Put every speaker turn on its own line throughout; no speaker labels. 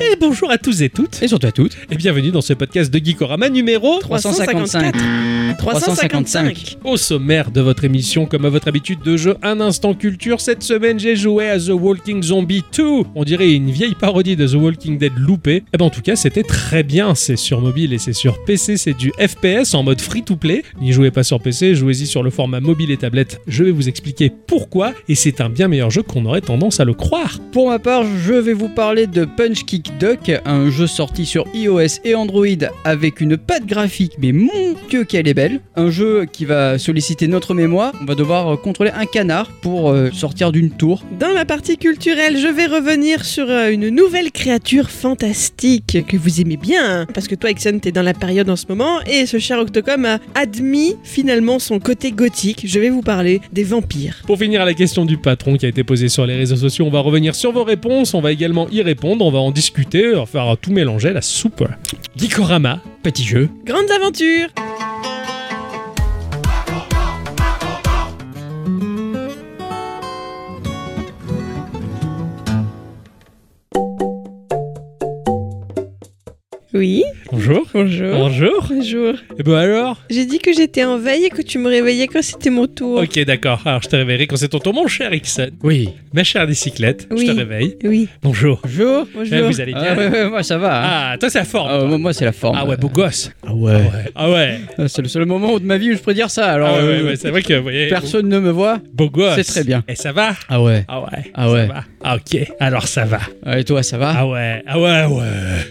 Et bonjour à tous et toutes,
Et surtout à toutes.
et bienvenue dans ce podcast de Geekorama numéro
355. 355.
Au sommaire de votre émission, comme à votre habitude de jeu Un Instant Culture, cette semaine j'ai joué à The Walking Zombie 2. On dirait une vieille parodie de The Walking Dead loupée. Et ben en tout cas, c'était très bien. C'est sur mobile et c'est sur PC, c'est du FPS en mode free to play. N'y jouez pas sur PC, jouez-y sur le format mobile et tablette. Je vais vous expliquer pourquoi et c'est un bien meilleur jeu qu'on aurait tendance à le croire.
Pour ma part, je vais vous parler de Punch Kick Duck, un jeu sorti sur iOS et Android avec une patte graphique, mais mon dieu qu'elle est belle. Un jeu qui va solliciter notre mémoire. On va devoir euh, contrôler un canard pour euh, sortir d'une tour.
Dans la partie culturelle, je vais revenir sur euh, une nouvelle créature fantastique que vous aimez bien, hein, parce que toi, Ixon, t'es dans la période en ce moment, et ce cher Octocom a admis finalement son côté gothique. Je vais vous parler des vampires.
Pour finir à la question du patron qui a été posée sur les réseaux sociaux, on va revenir sur vos réponses, on va également y répondre, on va en discuter, on va faire tout mélanger, la soupe. Gikorama,
Petit jeu.
Grandes aventures Oui,
bonjour.
bonjour.
Bonjour.
Bonjour.
Et ben alors
J'ai dit que j'étais en veille et que tu me réveillais quand c'était mon tour.
Ok, d'accord. Alors, je te réveillerai quand c'est ton tour, mon cher Ixon.
Oui.
Ma chère bicyclette,
Oui.
je te réveille.
Oui.
Bonjour.
Bonjour.
Eh,
Bonjour.
vous allez bien
Ah ouais, ouais, moi ça va. hein.
Ah, toi, c'est la forme.
Ah, moi- moi c'est la forme.
Ah ouais, beau gosse.
Ah ouais.
Ah ouais.
C'est le seul moment de ma vie où je peux dire ça. Alors
Ah ouais,
euh,
ouais, c'est vrai que, vous voyez,
personne ne me voit.
beau gosse.
c'est très bien.
Et ça va
Ah ouais.
Ah ouais.
Ah
Ça
ouais.
va. Ah ok. Alors, ça va.
Ah, Et toi ça va
Ah ouais. Ah ouais, ouais.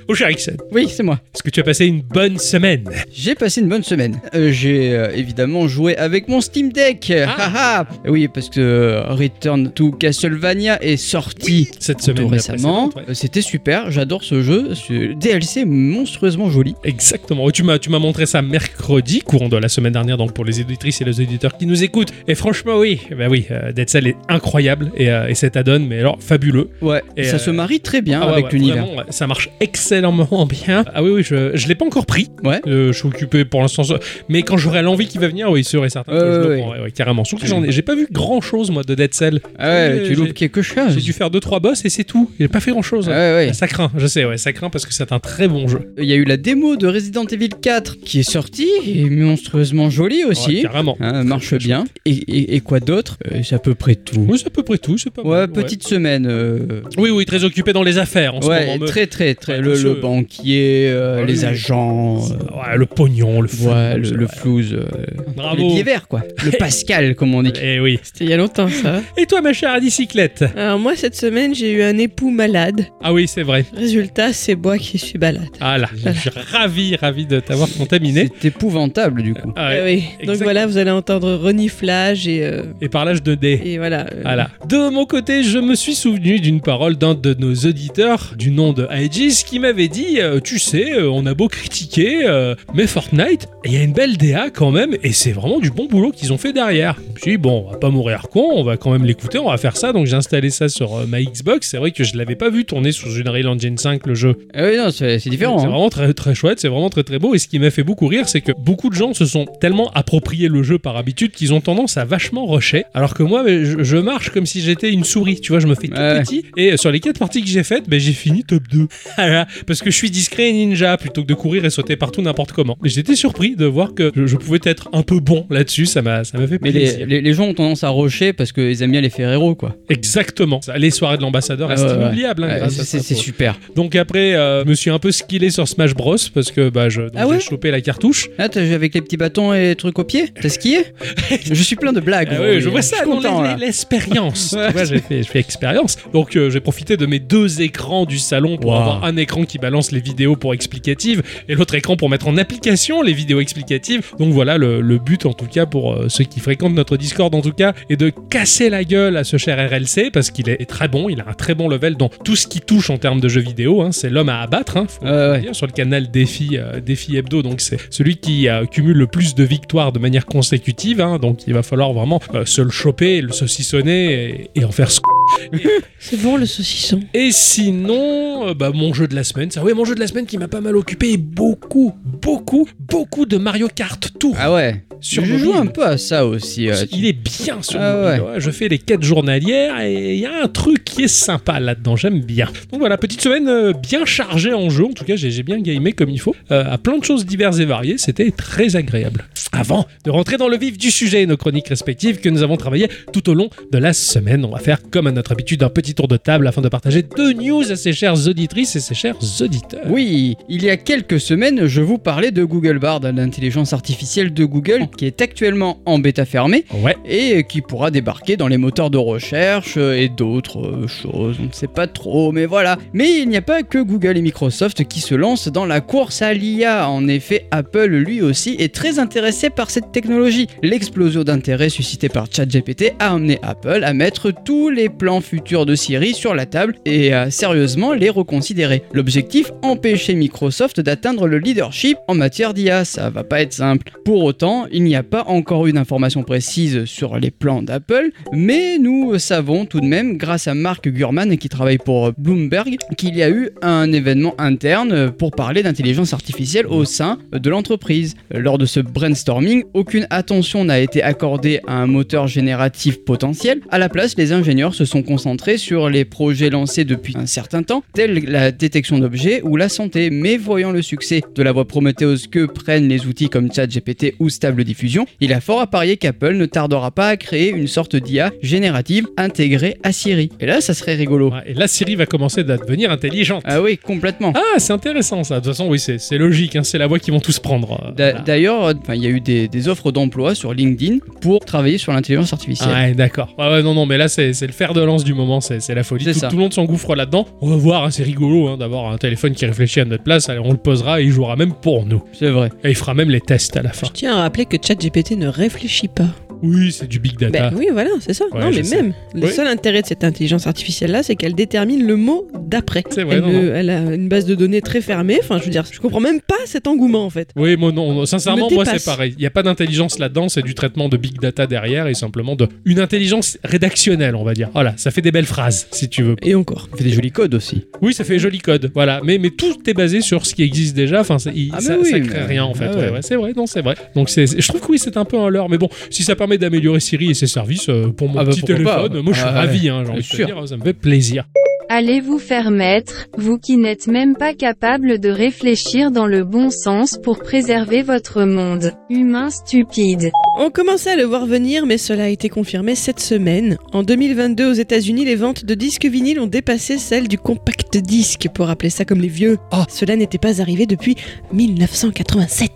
Mon cher Ixon,
Oui, c'est moi.
est-ce que tu as passé une bonne semaine
J'ai passé une bonne semaine. Euh, j'ai euh, évidemment joué avec mon Steam Deck.
Ah.
Haha. oui, parce que euh, Return to Castlevania est sorti
cette
tout
semaine la
récemment.
précédente, ouais.
Euh, C'était super, j'adore ce jeu. Ce DLC est monstrueusement joli.
Exactement. Tu m'as, tu m'as montré ça mercredi, courant de la semaine dernière, donc pour les éditrices et les éditeurs qui nous écoutent. Et franchement, oui, bah oui, euh, Dead Cell est incroyable et, euh, et cet add-on, mais alors fabuleux.
Ouais,
Et,
ça
euh,
se marie très bien
Ah ouais,
avec
ouais,
l'univers.
vraiment, ouais, ça marche excellemment bien. Ah oui, oui, je, je l'ai pas encore pris.
Ouais.
Euh, je suis occupé pour l'instant, ça- mais quand j'aurai l'envie qui va venir, oui, sûr et certain. que
Ouais,
je le
ouais,
prends, ouais, ouais, carrément. Surtout que j'en ai, j'ai pas vu grand chose moi de Dead Cell.
Ah ouais,
Euh,
tu
j'ai-
loupes quelque chose.
J'ai dû faire deux trois boss et c'est tout. J'ai pas fait grand chose.
Ah ouais, ouais.
Ça craint, je sais, ouais, ça craint parce que c'est un très bon jeu.
Il y a eu la démo de Resident Evil 4 qui est sortie et monstrueusement jolie
Ouais,
aussi.
carrément.
Hein, marche bien. Et, et- et quoi d'autre Euh, C'est à peu près tout.
Oui, c'est à peu près tout, c'est pas
Ouais,
mal,
petite semaine. euh,
Oui, oui, très occupé dans les affaires en
ouais,
ce moment.
très très très.
Ouais,
le,
ce-
le banquier, euh,
Ouais,
les
le-
agents, euh,
Ouais, le pognon, le fou.
ouais, le, le flouze, euh,
Bravo.
les pieds verts quoi. Le Pascal comme on dit.
Eh oui.
C'était il y a longtemps ça.
Et toi, ma chère bicyclette
Alors moi cette semaine j'ai eu un époux malade.
Ah oui, c'est vrai.
Résultat c'est moi qui suis malade.
Ah là, je suis ravi, ravi de t'avoir contaminé.
C'est épouvantable du coup.
Ah
Ah
ouais.
oui. Donc
exact.
voilà vous allez entendre reniflage et, euh,
Et par l'âge de D.
et voilà. euh,
Voilà. De mon côté, je me suis souvenu d'une parole d'un de nos auditeurs du nom de Aegis qui m'avait dit euh, Tu sais, euh, on a beau critiquer, euh, mais Fortnite, il y a une belle DA quand même, et c'est vraiment du bon boulot qu'ils ont fait derrière. Je me suis dit, Bon, on va pas mourir con, on va quand même l'écouter, on va faire ça. Donc j'ai installé ça sur euh, ma Xbox. C'est vrai que je l'avais pas vu tourner sous une Unreal Engine 5 le jeu.
Ah oui, non, c'est c'est différent.
C'est
hein.
vraiment très, très chouette, c'est vraiment très très beau. Et ce qui m'a fait beaucoup rire, c'est que beaucoup de gens se sont tellement appropriés le jeu par habitude qu'ils ont tendance à vachement rusher. Alors que moi, mais je, je marche comme si j'étais une souris, tu vois, je me fais tout
Ouais.
petit. Et sur les quatre parties que j'ai faites, ben, j'ai fini top 2. Voilà. Parce que je suis discret et ninja plutôt que de courir et sauter partout n'importe comment. Mais j'étais surpris de voir que je, je pouvais être un peu bon là-dessus, ça m'a ça m'a fait
Mais
plaisir.
les, les- les gens ont tendance à rocher parce qu'ils aiment bien les Ferrero quoi.
Exactement. Ça, Les soirées de l'ambassadeur
Ah
restent
ouais, ouais.
inoubliables hein,
Ouais,
grâce à
c'est
ça,
c'est
faut-
super.
Donc après, euh, je me suis un peu skillé sur Smash Bros parce que bah, je- donc
Ah
j'ai
ouais
chopé la cartouche.
Ah, t'as joué avec les petits bâtons et trucs aux pieds T'as skié Je suis plein de blagues.
Ah oui,
aujourd'hui. hein.
je vois ça
suis
dans
content,
les-
là.
les- l'expérience.
Ouais.
Tu vois, j'ai fait, j'ai fait expérience. Donc euh, j'ai profité de mes deux écrans du salon pour
Wow.
avoir un écran qui balance les vidéos pour explicatives et l'autre écran pour mettre en application les vidéos explicatives. Donc voilà le, le but en tout cas pour euh, ceux qui fréquentent notre Discord en tout cas est de casser la gueule à ce cher RLC parce qu'il est très bon, il a un très bon level dans tout ce qui touche en termes de jeux vidéo. hein. C'est l'homme à abattre. hein. Faut-
Ouais, ouais.
D'ailleurs, sur le canal Défi, euh, Défi Hebdo. Donc, c'est celui qui euh, cumule le plus de victoires de manière consécutive. hein. donc, il va falloir vraiment euh, se le choper, le saucissonner et, et en faire ce
C'est bon le saucisson.
Et sinon, euh, bah, mon jeu de la semaine, ça, ouais, mon jeu de la semaine qui m'a pas mal occupé et beaucoup, beaucoup, beaucoup de Mario Kart Tour
Ah ouais.
sur
je
mobile.
joue un peu à ça aussi. euh,
Il est bien sur
Ah
mobile, ouais. Je fais les quêtes journalières et il y a un truc qui est sympa là-dedans. J'aime bien. Donc voilà, petite semaine euh, bien chargée en jeu. En tout cas, j'ai j'ai bien gamé comme il faut. euh, à plein de choses diverses et variées. C'était très agréable. Avant de rentrer dans le vif du sujet et nos chroniques respectives que nous avons travaillées tout au long de la semaine, on va faire comme à notre habitude un petit tour de table afin de partager deux news à ses chères auditrices et ses chers auditeurs.
Oui, il y a quelques semaines, je vous parlais de Google Bard, l'intelligence artificielle de Google, qui est actuellement en bêta fermée
Ouais.
et qui pourra débarquer dans les moteurs de recherche euh, et d'autres euh, choses, on ne sait pas trop, mais voilà. Mais il n'y a pas que Google et Microsoft qui se lancent dans la course à l'IA. En effet, Apple, lui aussi, est très intéressé par cette technologie. L'explosion d'intérêt suscitée par ChatGPT a amené Apple à mettre tous les plans futurs de Siri sur la table et à sérieusement les reconsidérer. L'objectif, empêcher Microsoft d'atteindre le leadership en matière d'IA. Ça va pas être simple. Pour autant, il n'y a pas encore eu d'informations précises sur les plans d'Apple, mais nous savons tout de même, grâce à Mark Gurman qui travaille pour euh, Bloomberg, qu'il y a eu un événement interne pour parler d'intelligence artificielle au sein de l'entreprise. Lors de ce brainstorming, aucune attention n'a été accordée à un moteur génératif potentiel. À la place, les ingénieurs se sont concentrés sur les projets lancés depuis un certain temps, tels la détection d'objets ou la santé. Mais voyant le succès de la voie prometteuse que prennent les outils comme ChatGPT ou Stable Diffusion, il a fort à parier qu'Apple ne tardera pas à créer une sorte d'IA générative intégrée à Siri. Et là, ça serait rigolo.
Ouais, Et là, Siri va commencer à devenir intelligente.
Ah oui, complètement.
Ah, c'est intéressant ça. De toute façon, oui, c'est c'est logique. hein, C'est la voie qu'ils vont tous prendre. euh,
D'a-
voilà.
D'ailleurs, euh, 'fin, il y a eu des, des offres d'emploi sur LinkedIn pour travailler sur l'intelligence artificielle.
Ah Ouais, d'accord. Ouais, ouais, non, non, mais là, c'est c'est le fer de lance du moment, c'est c'est la folie.
C'est
Tout,
ça.
tout le monde s'engouffre là-dedans. On va voir, hein, c'est rigolo hein, d'avoir un téléphone qui réfléchit à notre place. Allez, on le posera et il jouera même pour nous.
C'est vrai.
Et il fera même les tests à la fin.
Je tiens à rappeler que ChatGPT ne réfléchit pas.
Oui, c'est du big data.
Ben oui, voilà, c'est ça.
Ouais,
non,
je
mais
sais.
même, le
Oui.
seul intérêt de cette intelligence artificielle-là, c'est qu'elle détermine le mot d'après.
C'est vrai,
elle,
non,
le-
non.
elle a une base de données très fermée. Enfin, je veux dire, je comprends même pas cet engouement, en fait.
Oui, moi, non, non, sincèrement,
Me
moi, c'est
dépasse.
pareil. Il n'y a pas d'intelligence là-dedans, c'est du traitement de big data derrière et simplement de une intelligence rédactionnelle, on va dire. Voilà, ça fait des belles phrases, si tu veux.
Et encore.
On fait des jolis codes aussi.
Oui, ça fait joli code, voilà. Mais, mais tout est basé sur ce qui existe déjà. Enfin, ça, il-
Ah, mais
ça,
oui,
ça crée
mais-
rien en fait.
ah
Ouais,
ouais.
ouais, c'est vrai, non, c'est vrai. Donc, c'est, c'est- je trouve que oui, c'est un peu un leurre. Mais bon, si ça permet d'améliorer Siri et ses services euh, pour mon
Ah bah,
petit
pourquoi pas,
téléphone, moi, je suis
ouais. Ah,
ravi. Hein, j'ai envie de te
sûr.
dire, ça me fait plaisir.
Allez vous faire mettre, vous qui n'êtes même pas capable de réfléchir dans le bon sens pour préserver votre monde humain stupide.
On commençait à le voir venir, mais cela a été confirmé cette semaine. En 2022, aux États-Unis, les ventes de disques vinyles ont dépassé celles du compact disque, pour appeler ça comme les vieux.
Ah.
Cela n'était pas arrivé depuis 1987.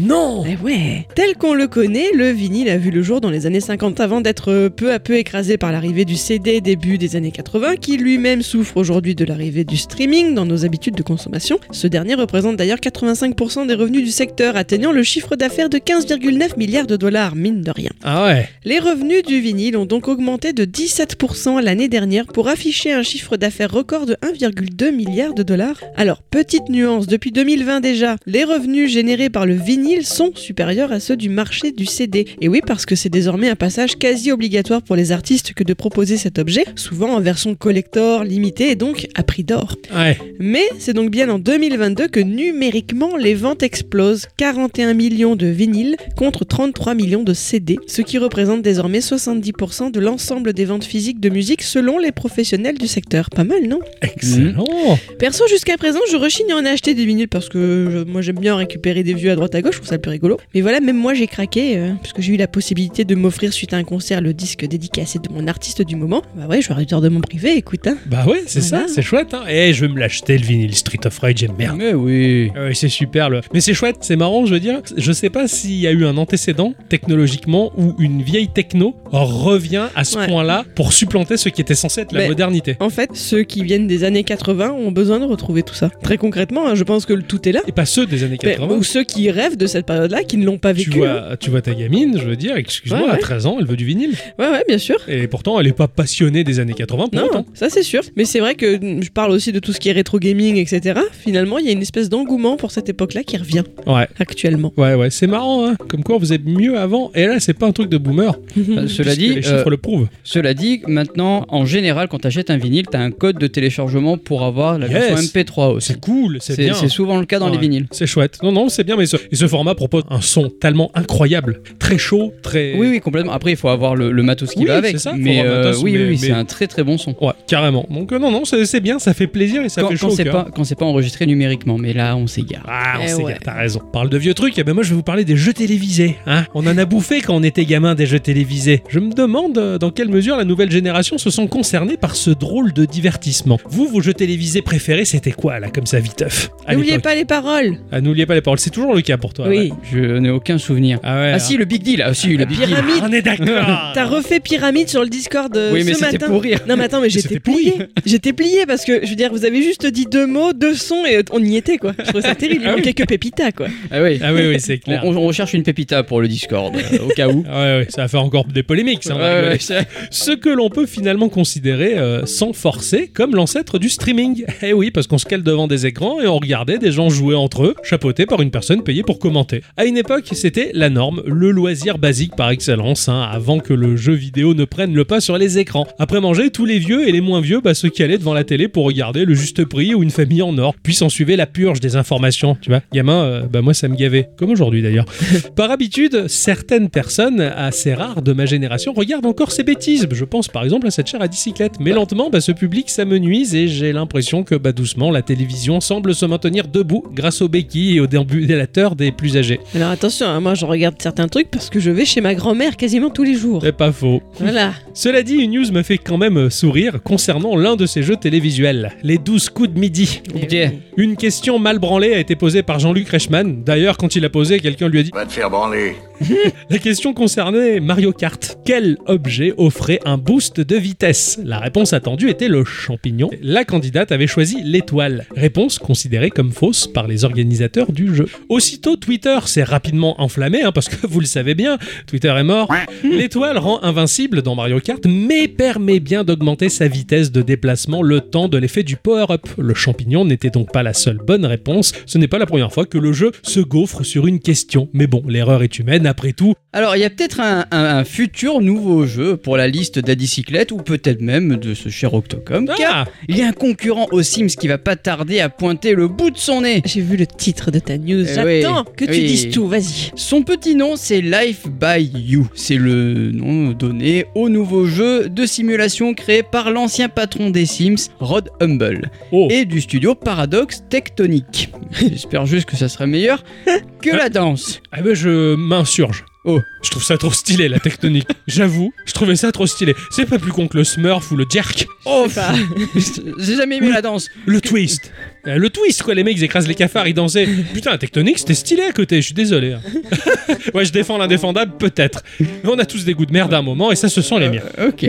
Non
Eh ouais. Tel qu'on le connaît, le vinyle a vu le jour dans les années 50 avant d'être euh, peu à peu écrasé par l'arrivée du CD début des années 80 qui lui-même souffre aujourd'hui de l'arrivée du streaming dans nos habitudes de consommation. Ce dernier représente d'ailleurs 85% des revenus du secteur atteignant le chiffre d'affaires de 15,9 milliards de dollars, mine de rien.
Ah ouais
Les revenus du vinyle ont donc augmenté de 17% l'année dernière pour afficher un chiffre d'affaires record de 1,2 milliard de dollars. Alors, petite nuance, depuis 2020 déjà, les revenus générés par le vinyle sont supérieurs à ceux du marché du CD. Et oui, parce que c'est désormais un passage quasi obligatoire pour les artistes que de proposer cet objet, souvent en version collector, limitée et donc à prix d'or.
Ouais.
Mais c'est donc bien en 2022 que numériquement les ventes explosent, 41 millions de vinyles contre 33 millions de CD, ce qui représente désormais 70% de l'ensemble des ventes physiques de musique selon les professionnels du secteur. Pas mal, non
Excellent
Mm.
Perso, jusqu'à présent, je rechigne à en acheter des vinyles parce que je- moi j'aime bien récupérer des vieux à droite à gauche, je trouve ça le plus rigolo. Mais voilà, même moi j'ai craqué, euh, parce que j'ai eu la possibilité de m'offrir suite à un concert le disque dédicacé de mon artiste du moment. Bah ouais, je vais réduire de mon privé, écoute, hein.
Bah ouais, c'est
Voilà.
ça, c'est chouette. Hein. Eh, je vais me l'acheter le vinyle Street of Rage et merde.
Mais oui.
Ah ouais, c'est super. Le... Mais c'est chouette, c'est marrant, je veux dire. Je sais pas s'il y a eu un antécédent technologiquement où une vieille techno revient à ce
Ouais.
point-là pour supplanter ce qui était censé être la
Mais-
modernité.
En fait, ceux qui viennent des années 80 ont besoin de retrouver tout ça. Très concrètement, hein, je pense que le tout est là.
Et pas ceux des années
Mais-
80.
ou ceux qui qui rêvent de cette période-là, qui ne l'ont pas
tu
vécu. hein.
vois, tu vois ta gamine, je veux dire, excuse-moi,
Ouais,
à
ouais.
13 ans, elle veut du vinyle.
Ouais, ouais, bien sûr.
Et pourtant, elle est pas passionnée des années 80 pour
Non,
autant.
ça c'est sûr. Mais c'est vrai que mm, je parle aussi de tout ce qui est rétro gaming, etc. Finalement, il y a une espèce d'engouement pour cette époque-là qui revient
Ouais.
actuellement.
Ouais, ouais, c'est marrant, hein. Comme quoi, vous êtes mieux avant. Et là, c'est pas un truc de boomer.
Euh, Cela
puisque
dit,
Les
euh,
chiffres le prouvent.
Cela dit, maintenant, en général, quand t'achètes un vinyle, t'as un code de téléchargement pour avoir la
Yes.
version MP3 aussi.
C'est cool, c'est
C'est
bien.
c'est souvent le cas dans
Ouais.
les vinyles.
C'est chouette. Non, non, c'est bien, mais ce, et ce format propose un son tellement incroyable, très chaud, très.
Oui, oui, complètement. Après, il faut avoir le, le matos qui
Oui,
va avec.
c'est ça, faut
mais
avoir le
euh,
matos,
oui,
mais-
oui,
mais-
c'est un très très bon son.
Ouais, carrément. Donc, euh, non, non, c'est c'est bien, ça fait plaisir et ça
quand
fait
quand
chaud. au
c'est
cœur.
pas, quand c'est pas enregistré numériquement, mais là, on s'égare.
Ah, on
Eh
s'égare,
ouais.
t'as raison. On parle de vieux trucs, et ben moi je vais vous parler des jeux télévisés. Hein on en a bouffé quand on était gamin des jeux télévisés. Je me demande euh, dans quelle mesure la nouvelle génération se sent concernée par ce drôle de divertissement. Vous, vos jeux télévisés préférés, c'était quoi là, comme ça, viteuf à
N'oubliez
l'époque
pas les paroles.
Ah, N'oubliez pas les paroles, c'est toujours le cas pour toi. ouais.
oui.
Je n'ai aucun souvenir.
Ah ouais.
Ah si, le Big Deal. Ah si, le Big Deal.
hein.
Pyramide.
on est d'accord.
T'as refait pyramide sur le Discord euh,
Oui, mais
ce
c'était
matin.
pour rire.
Non mais attends, mais j'étais
c'était pourri.
plié. J'étais plié parce que je veux dire, vous avez juste dit deux mots, deux sons et on y était quoi. Je trouvais ça terrible. Il
Ah oui.
manquait que Pépita quoi.
Ah oui.
Ah oui, oui, c'est
On,
clair.
on- on recherche une pépita pour le Discord, euh, au cas où.
Ah ouais, ouais, ça va faire encore des polémiques, ça. on va
Ouais,
rigoler.
ouais, c'est-
Ce que l'on peut finalement considérer euh, sans forcer comme l'ancêtre du streaming. Eh oui, parce qu'on se cale devant des écrans et on regardait des gens jouer entre eux, chapeautés par une personne payée pour commenter. À une époque, c'était la norme, le loisir basique par excellence, hein, avant que le jeu vidéo ne prenne le pas sur les écrans. Après manger, tous les vieux et les moins vieux bah, se calaient devant la télé pour regarder le juste prix ou une famille en or, puis s'en suivait la purge des informations. Tu vois, gamin, euh, bah moi ça me gavait, comme aujourd'hui d'ailleurs. Par habitude, certaines personnes assez rares de ma génération regardent encore ces bêtises. Je pense par exemple à cette chaire à bicyclette. Mais lentement, bah, ce public s'amenuise et j'ai l'impression que bah, doucement, la télévision semble se maintenir debout grâce aux béquilles et aux déambulateurs des plus âgés.
Alors attention, hein, moi je regarde certains trucs parce que je vais chez ma grand-mère quasiment tous les jours.
Euh,
C'est pas faux.
Voilà.
Cela dit, une news me fait quand même sourire concernant l'un de ces jeux télévisuels, les 12 coups de midi.
Ok.
Eh
Une question mal branlée a été posée par Jean-Luc Reichmann. D'ailleurs, quand il l'a posée, quelqu'un lui a dit
Va te faire branler.
La question concernait Mario Kart. Quel objet offrait un boost de vitesse La réponse attendue était le champignon. La candidate avait choisi l'étoile. Réponse considérée comme fausse par les organisateurs du jeu. Aussitôt, Twitter s'est rapidement enflammé, hein, parce que vous le savez bien, Twitter est mort. L'étoile rend invincible dans Mario Kart, mais permet bien d'augmenter sa vitesse de déplacement le temps de l'effet du power-up. Le champignon n'était donc pas la seule bonne réponse. Ce n'est pas la première fois que le jeu se gaufre sur une question. Mais bon, l'erreur est humaine, après tout,
Alors, il y a peut-être un, un- un futur nouveau jeu pour la liste d'Adicyclette ou peut-être même de ce cher Octocom, car
Ah
il y a un concurrent aux Sims qui va pas tarder à pointer le bout de son nez.
J'ai vu le titre de ta news.
Eh
J'attends
oui.
que tu
Oui.
dises tout, vas-y.
Son petit nom, c'est Life by You. C'est le nom donné au nouveau jeu de simulation créé par l'ancien patron des Sims, Rod Humble,
Oh.
et du studio Paradox Tectonic. J'espère juste que ça sera meilleur que la danse.
Ah ben je m'insurge.
Oh.
Je trouve ça trop stylé la tectonique. J'avoue, je trouvais ça trop stylé. C'est pas plus con que le smurf ou le jerk.
Oh,
pas.
pff, j'ai jamais aimé la danse.
Le twist. Euh, Le twist quoi, les mecs ils écrasent les cafards, ils dansaient. Putain, la tectonique c'était stylé à côté, je suis désolé. hein. ouais, je défends l'indéfendable peut-être. Mais on a tous des goûts de merde à un moment et ça se sent les miens.
Euh, Ok.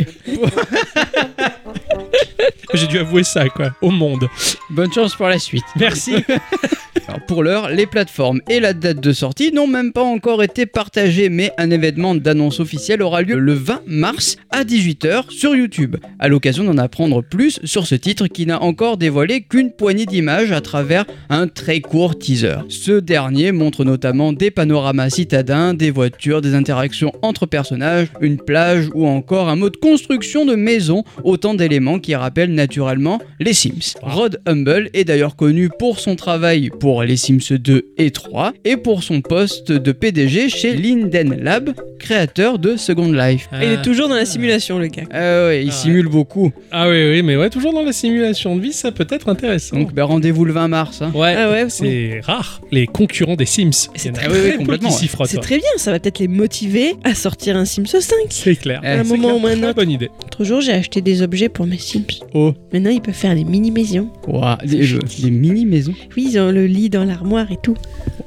J'ai dû avouer ça quoi, au monde.
Bonne chance pour la suite.
Merci.
Alors, pour l'heure, les plateformes et la date de sortie n'ont même pas encore été partagées, mais un événement d'annonce officielle aura lieu le 20 mars à 18h sur YouTube, à l'occasion d'en apprendre plus sur ce titre qui n'a encore dévoilé qu'une poignée d'images à travers un très court teaser. Ce dernier montre notamment des panoramas citadins, des voitures, des interactions entre personnages, une plage ou encore un mode construction de maison, autant d'éléments qui rappellent naturellement les Sims. Rod Humble est d'ailleurs connu pour son travail pour les Sims 2 et 3 et pour son poste de PDG chez Linden Lab, créateur de Second Life.
Il est toujours dans la simulation, le gars.
Ah ouais, il
Ah ouais.
simule beaucoup.
Ah oui, oui, mais ouais, toujours dans la simulation de vie, ça peut être intéressant.
Donc bah, rendez-vous le 20 mars. hein.
ouais,
Ah ouais,
c'est rare, les concurrents des Sims. Il
C'est
y en a
très- oui, oui,
peu qui
complètement,
s'y frottent,
C'est
ouais.
très bien, ça va peut-être les motiver à sortir un Sims 5.
C'est clair.
Eh,
C'est
un moment
clair,
ou un
très
autre.
bonne idée.
L'autre jour, j'ai acheté des objets pour mes Sims.
Oh.
Maintenant, ils peuvent faire des mini-maisons.
Ouah, des, jeux- des mini-maisons.
Oui, ils ont le, lit dans l'armoire et tout.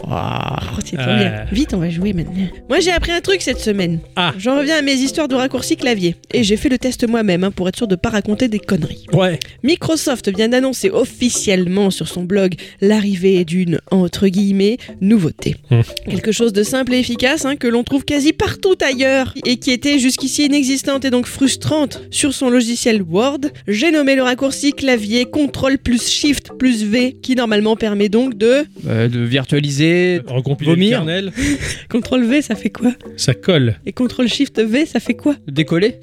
Ouah.
Oh, c'est trop
Ah.
Euh.
bien. Vite, on va jouer maintenant. Moi, j'ai appris un truc cette semaine.
Ah.
J'en reviens à mes histoires de raccourcis clavier. Et j'ai fait le test moi-même hein, pour être sûr de pas raconter des conneries.
Ouais.
Microsoft vient d'annoncer officiellement sur son blog l'arrivée d'une, entre guillemets, nouveauté.
Hmm.
Quelque chose de simple et efficace hein, que l'on trouve quasi partout ailleurs et qui était jusqu'ici inexistante et donc frustrante sur son logiciel Word. J'ai nommé le raccourci clavier CTRL plus SHIFT plus V qui normalement permet donc de...
Bah, de virtualiser.
Recompiler le
Vomir.
kernel,
CTRL V ça fait quoi
ça colle.
Et CTRL SHIFT V ça fait quoi
Décoller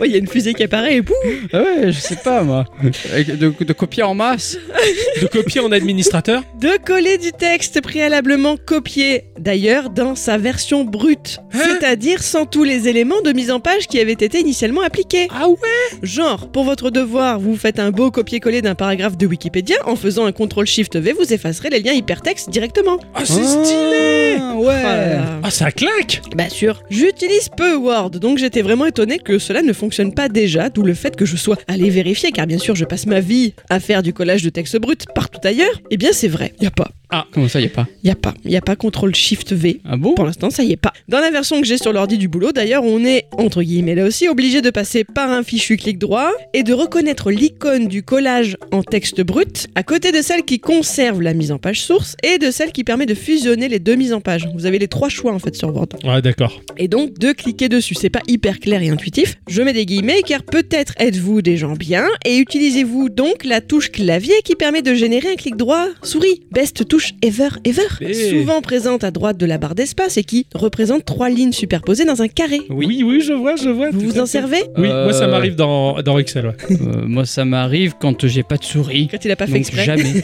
Ouais, il y a une fusée qui apparaît et boum
Ah ouais, je sais pas moi. Avec- De, de copier en masse.
De copier en administrateur
de coller du texte préalablement copié, d'ailleurs dans sa version brute, c'est-à-dire sans tous les éléments de mise en page qui avaient été initialement appliqués.
Ah ouais
Genre, pour votre devoir, vous faites un beau copier-coller d'un paragraphe de Wikipédia, en faisant un CTRL-SHIFT-V, vous effacerez les liens hypertextes directement.
Ah, c'est stylé
Ah,
Oh
Ouais.
là là.
Ah, ça claque
Bah sûr. J'utilise peu Word, donc j'étais vraiment étonnée que cela ne fonctionne pas déjà, d'où le fait que je sois allée vérifier, car bien sûr je passe ma vie à faire du collage de texte brut partout ailleurs. Eh bien c'est vrai, y a pas.
Comment ça, y a pas
Y a pas. Y a pas CTRL SHIFT V.
Ah bon
Pour l'instant, ça y est pas. Dans la version que j'ai sur l'ordi du boulot, d'ailleurs, on est, entre guillemets là aussi, obligé de passer par un fichu clic droit et de reconnaître l'icône du collage en texte brut à côté de celle qui conserve la mise en page source et de celle qui permet de fusionner les deux mises en page. Vous avez les trois choix en fait sur Word
Ouais, d'accord.
et donc de cliquer dessus. C'est pas hyper clair et intuitif. Je mets des guillemets car peut-être êtes-vous des gens bien et utilisez-vous donc la touche clavier qui permet de générer un clic droit souris. Best touche ever ever.
Eh.
Souvent présente à droite de la barre d'espace et qui représente trois lignes superposées dans un carré.
Oui, oui, je vois, je vois.
Vous
tout
vous
à
en
fait.
servez
Oui, moi ça
Euh,
m'arrive dans, dans Excel, ouais.
euh, moi, ça m'arrive quand j'ai pas de souris.
Quand il a pas fait
Donc,
exprès.
jamais.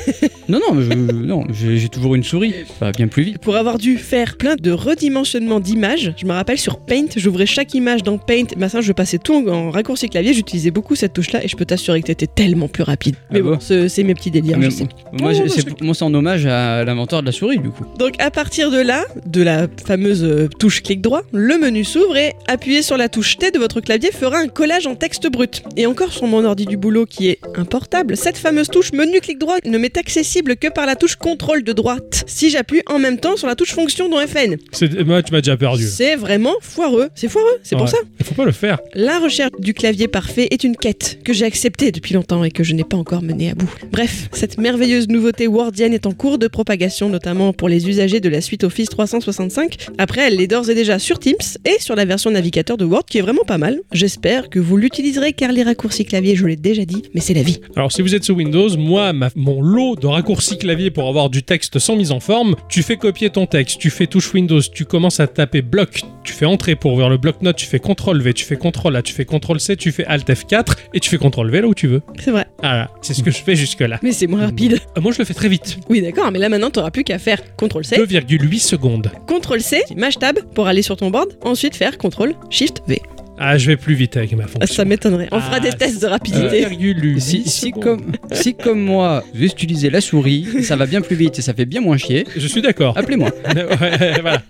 non, non, mais je- non, j'ai j'ai toujours une souris. Ça va bien plus vite.
Pour avoir dû faire plein de redimensionnements d'images, je me rappelle sur Paint, j'ouvrais chaque image dans Paint. et Maintenant, je passais tout en- en raccourci clavier, j'utilisais beaucoup cette touche-là et je peux t'assurer que t'étais tellement plus rapide.
Ah
Mais bon,
bon Ah,
ce- c'est mes petits délires,
Mais
je sais.
moi,
Oh,
j'ai-
bah,
c'est-
c'est-
moi, c'est en hommage à l'inventeur de la souris, du coup.
Donc à partir de là, de la fameuse euh, touche clic droit, le menu s'ouvre et appuyer sur la touche T de votre clavier fera un collage en texte brut. Et encore sur mon ordi du boulot qui est un portable, cette fameuse touche menu clic droit ne m'est accessible que par la touche contrôle de droite si j'appuie en même temps sur la touche fonction dans FN.
C'est- Moi, tu m'as déjà perdu.
C'est vraiment foireux, c'est foireux, c'est pour
Ouais.
ça.
Il faut pas le faire.
La recherche du clavier parfait est une quête que j'ai acceptée depuis longtemps et que je n'ai pas encore menée à bout. Bref, cette merveilleuse nouveauté Wordienne est en cours de propagation, notamment pour les usagers de la suite Office 365. Après, elle est d'ores et déjà sur Teams et sur la version navigateur de Word qui est vraiment pas mal. J'espère que vous l'utiliserez car les raccourcis clavier, je l'ai déjà dit, mais c'est la vie.
Alors, si vous êtes sous Windows, moi, ma- mon lot de raccourcis clavier pour avoir du texte sans mise en forme, tu fais copier ton texte, tu fais touche Windows, tu commences à taper bloc, tu fais entrée pour ouvrir le bloc-notes, tu fais CTRL V, tu fais CTRL A, tu fais CTRL C, tu fais Alt F4 et tu fais CTRL V là où tu veux.
C'est vrai,
Ah, c'est ce que je fais jusque-là.
mais c'est moins rapide.
Euh, Moi, je le fais très vite.
Oui, d'accord, mais là maintenant, t'auras plus qu'à faire CTRL-C,
2,8 secondes.
CTRL-C, Maj Tab pour aller sur ton board, ensuite faire CTRL-Shift-V.
Ah, je vais plus vite avec ma
Ah,
fonction.
Ça m'étonnerait. On
Ah,
fera
Euh,
des tests de rapidité.
2,8
Si, si,
secondes.
comme, si comme moi, vous utilisez la souris, ça va bien plus vite et ça fait bien moins chier,
Je suis d'accord.
appelez-moi.
Ouais, voilà.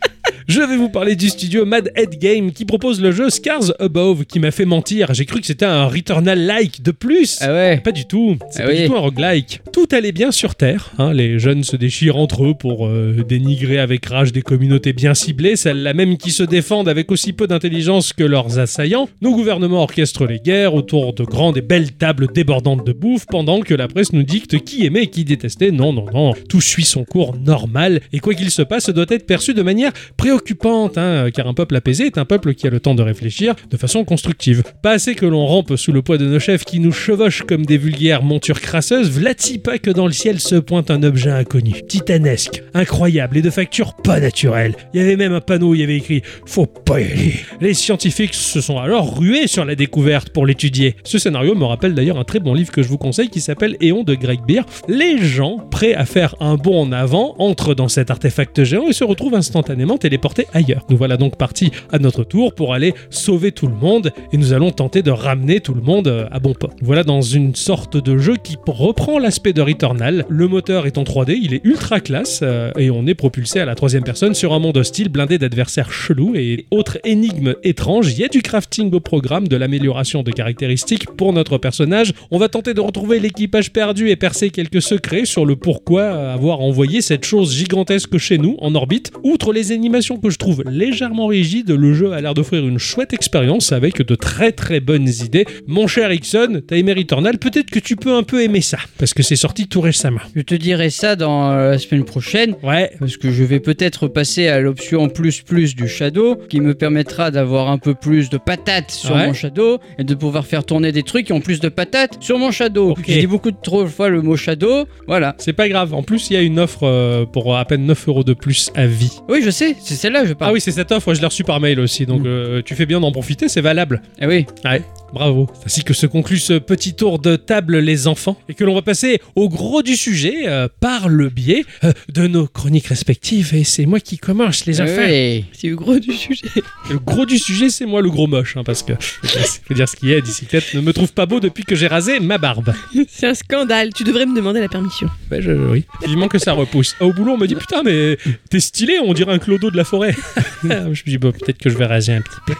Je vais vous parler du studio Mad Head Game qui propose le jeu Scars Above qui m'a fait mentir. J'ai cru que c'était un Returnal-like de plus.
Ah ouais
Pas du tout, c'est
Ah
pas du
oui.
tout un roguelike. Tout allait bien sur Terre, hein, les jeunes se déchirent entre eux pour euh, dénigrer avec rage des communautés bien ciblées, celles-là même qui se défendent avec aussi peu d'intelligence que leurs assaillants. Nos gouvernements orchestrent les guerres autour de grandes et belles tables débordantes de bouffe pendant que la presse nous dicte qui aimait et qui détestait. Non, non, non, tout suit son cours normal et quoi qu'il se passe doit être perçu de manière préoccupante, hein, car un peuple apaisé est un peuple qui a le temps de réfléchir de façon constructive. Pas assez que l'on rampe sous le poids de nos chefs qui nous chevauchent comme des vulgaires montures crasseuses, vlati pas que dans le ciel se pointe un objet inconnu, titanesque, incroyable et de facture pas naturelle. Il y avait même un panneau où il y avait écrit « Faut pas y aller ». Les scientifiques se sont alors rués sur la découverte pour l'étudier. Ce scénario me rappelle d'ailleurs un très bon livre que je vous conseille qui s'appelle Éon de Greg Beer. Les gens prêts à faire un bond en avant entrent dans cet artefact géant et se retrouvent instantanément téléportés transportés ailleurs. Nous voilà donc partis à notre tour pour aller sauver tout le monde et nous allons tenter de ramener tout le monde euh, à bon port. Nous Voilà dans une sorte de jeu qui reprend l'aspect de Returnal. Le moteur est en 3D, il est ultra classe euh, et on est propulsé à la troisième personne sur un monde hostile blindé d'adversaires chelous et autres énigmes étranges. Il y a du crafting au programme, de l'amélioration de caractéristiques pour notre personnage. On va tenter de retrouver l'équipage perdu et percer quelques secrets sur le pourquoi avoir envoyé cette chose gigantesque chez nous en orbite. Outre les animations que je trouve légèrement rigides, le jeu a l'air d'offrir une chouette expérience avec de très très bonnes idées. Mon cher Ixon, t'as aimé Returnal, peut-être que tu peux un peu aimer ça, parce que c'est sorti tout récemment.
Je te dirai ça dans euh, la semaine prochaine.
Ouais,
Parce que je vais peut-être passer à l'option plus plus du Shadow, qui me permettra d'avoir un peu plus de patates sur
Ouais.
mon Shadow et de pouvoir faire tourner des trucs qui ont plus de patates sur mon Shadow.
Ok.
J'ai dit beaucoup de trop de fois le mot Shadow. Voilà.
c'est pas grave. En plus, il y a une offre euh, pour à peine 9 euros de plus à vie.
Oui, je sais, c'est celle-là que je parle.
Ah oui, c'est cette offre, je l'ai reçue par mail aussi, donc
Mm.
euh, tu fais bien d'en profiter, c'est valable.
Eh oui.
Bravo. C'est ainsi que se conclut ce petit tour de table, les enfants, et que l'on va passer au gros du sujet euh, par le biais euh, de nos chroniques respectives. Et c'est moi qui commence, les
Eh
enfants.
oui.
C'est le gros du sujet.
Le gros du sujet, c'est moi le gros moche, hein, parce que faut dire- faut dire ce qu'il y a, bicyclette ne me trouve pas beau depuis que j'ai rasé ma barbe.
C'est un scandale. Tu devrais me demander la permission.
Bah, je, oui. Vivement que ça repousse. Au boulot, on me dit putain, mais t'es stylé, on dirait un clodo de la forêt. je me dis bon, peut-être que je vais raser un petit peu.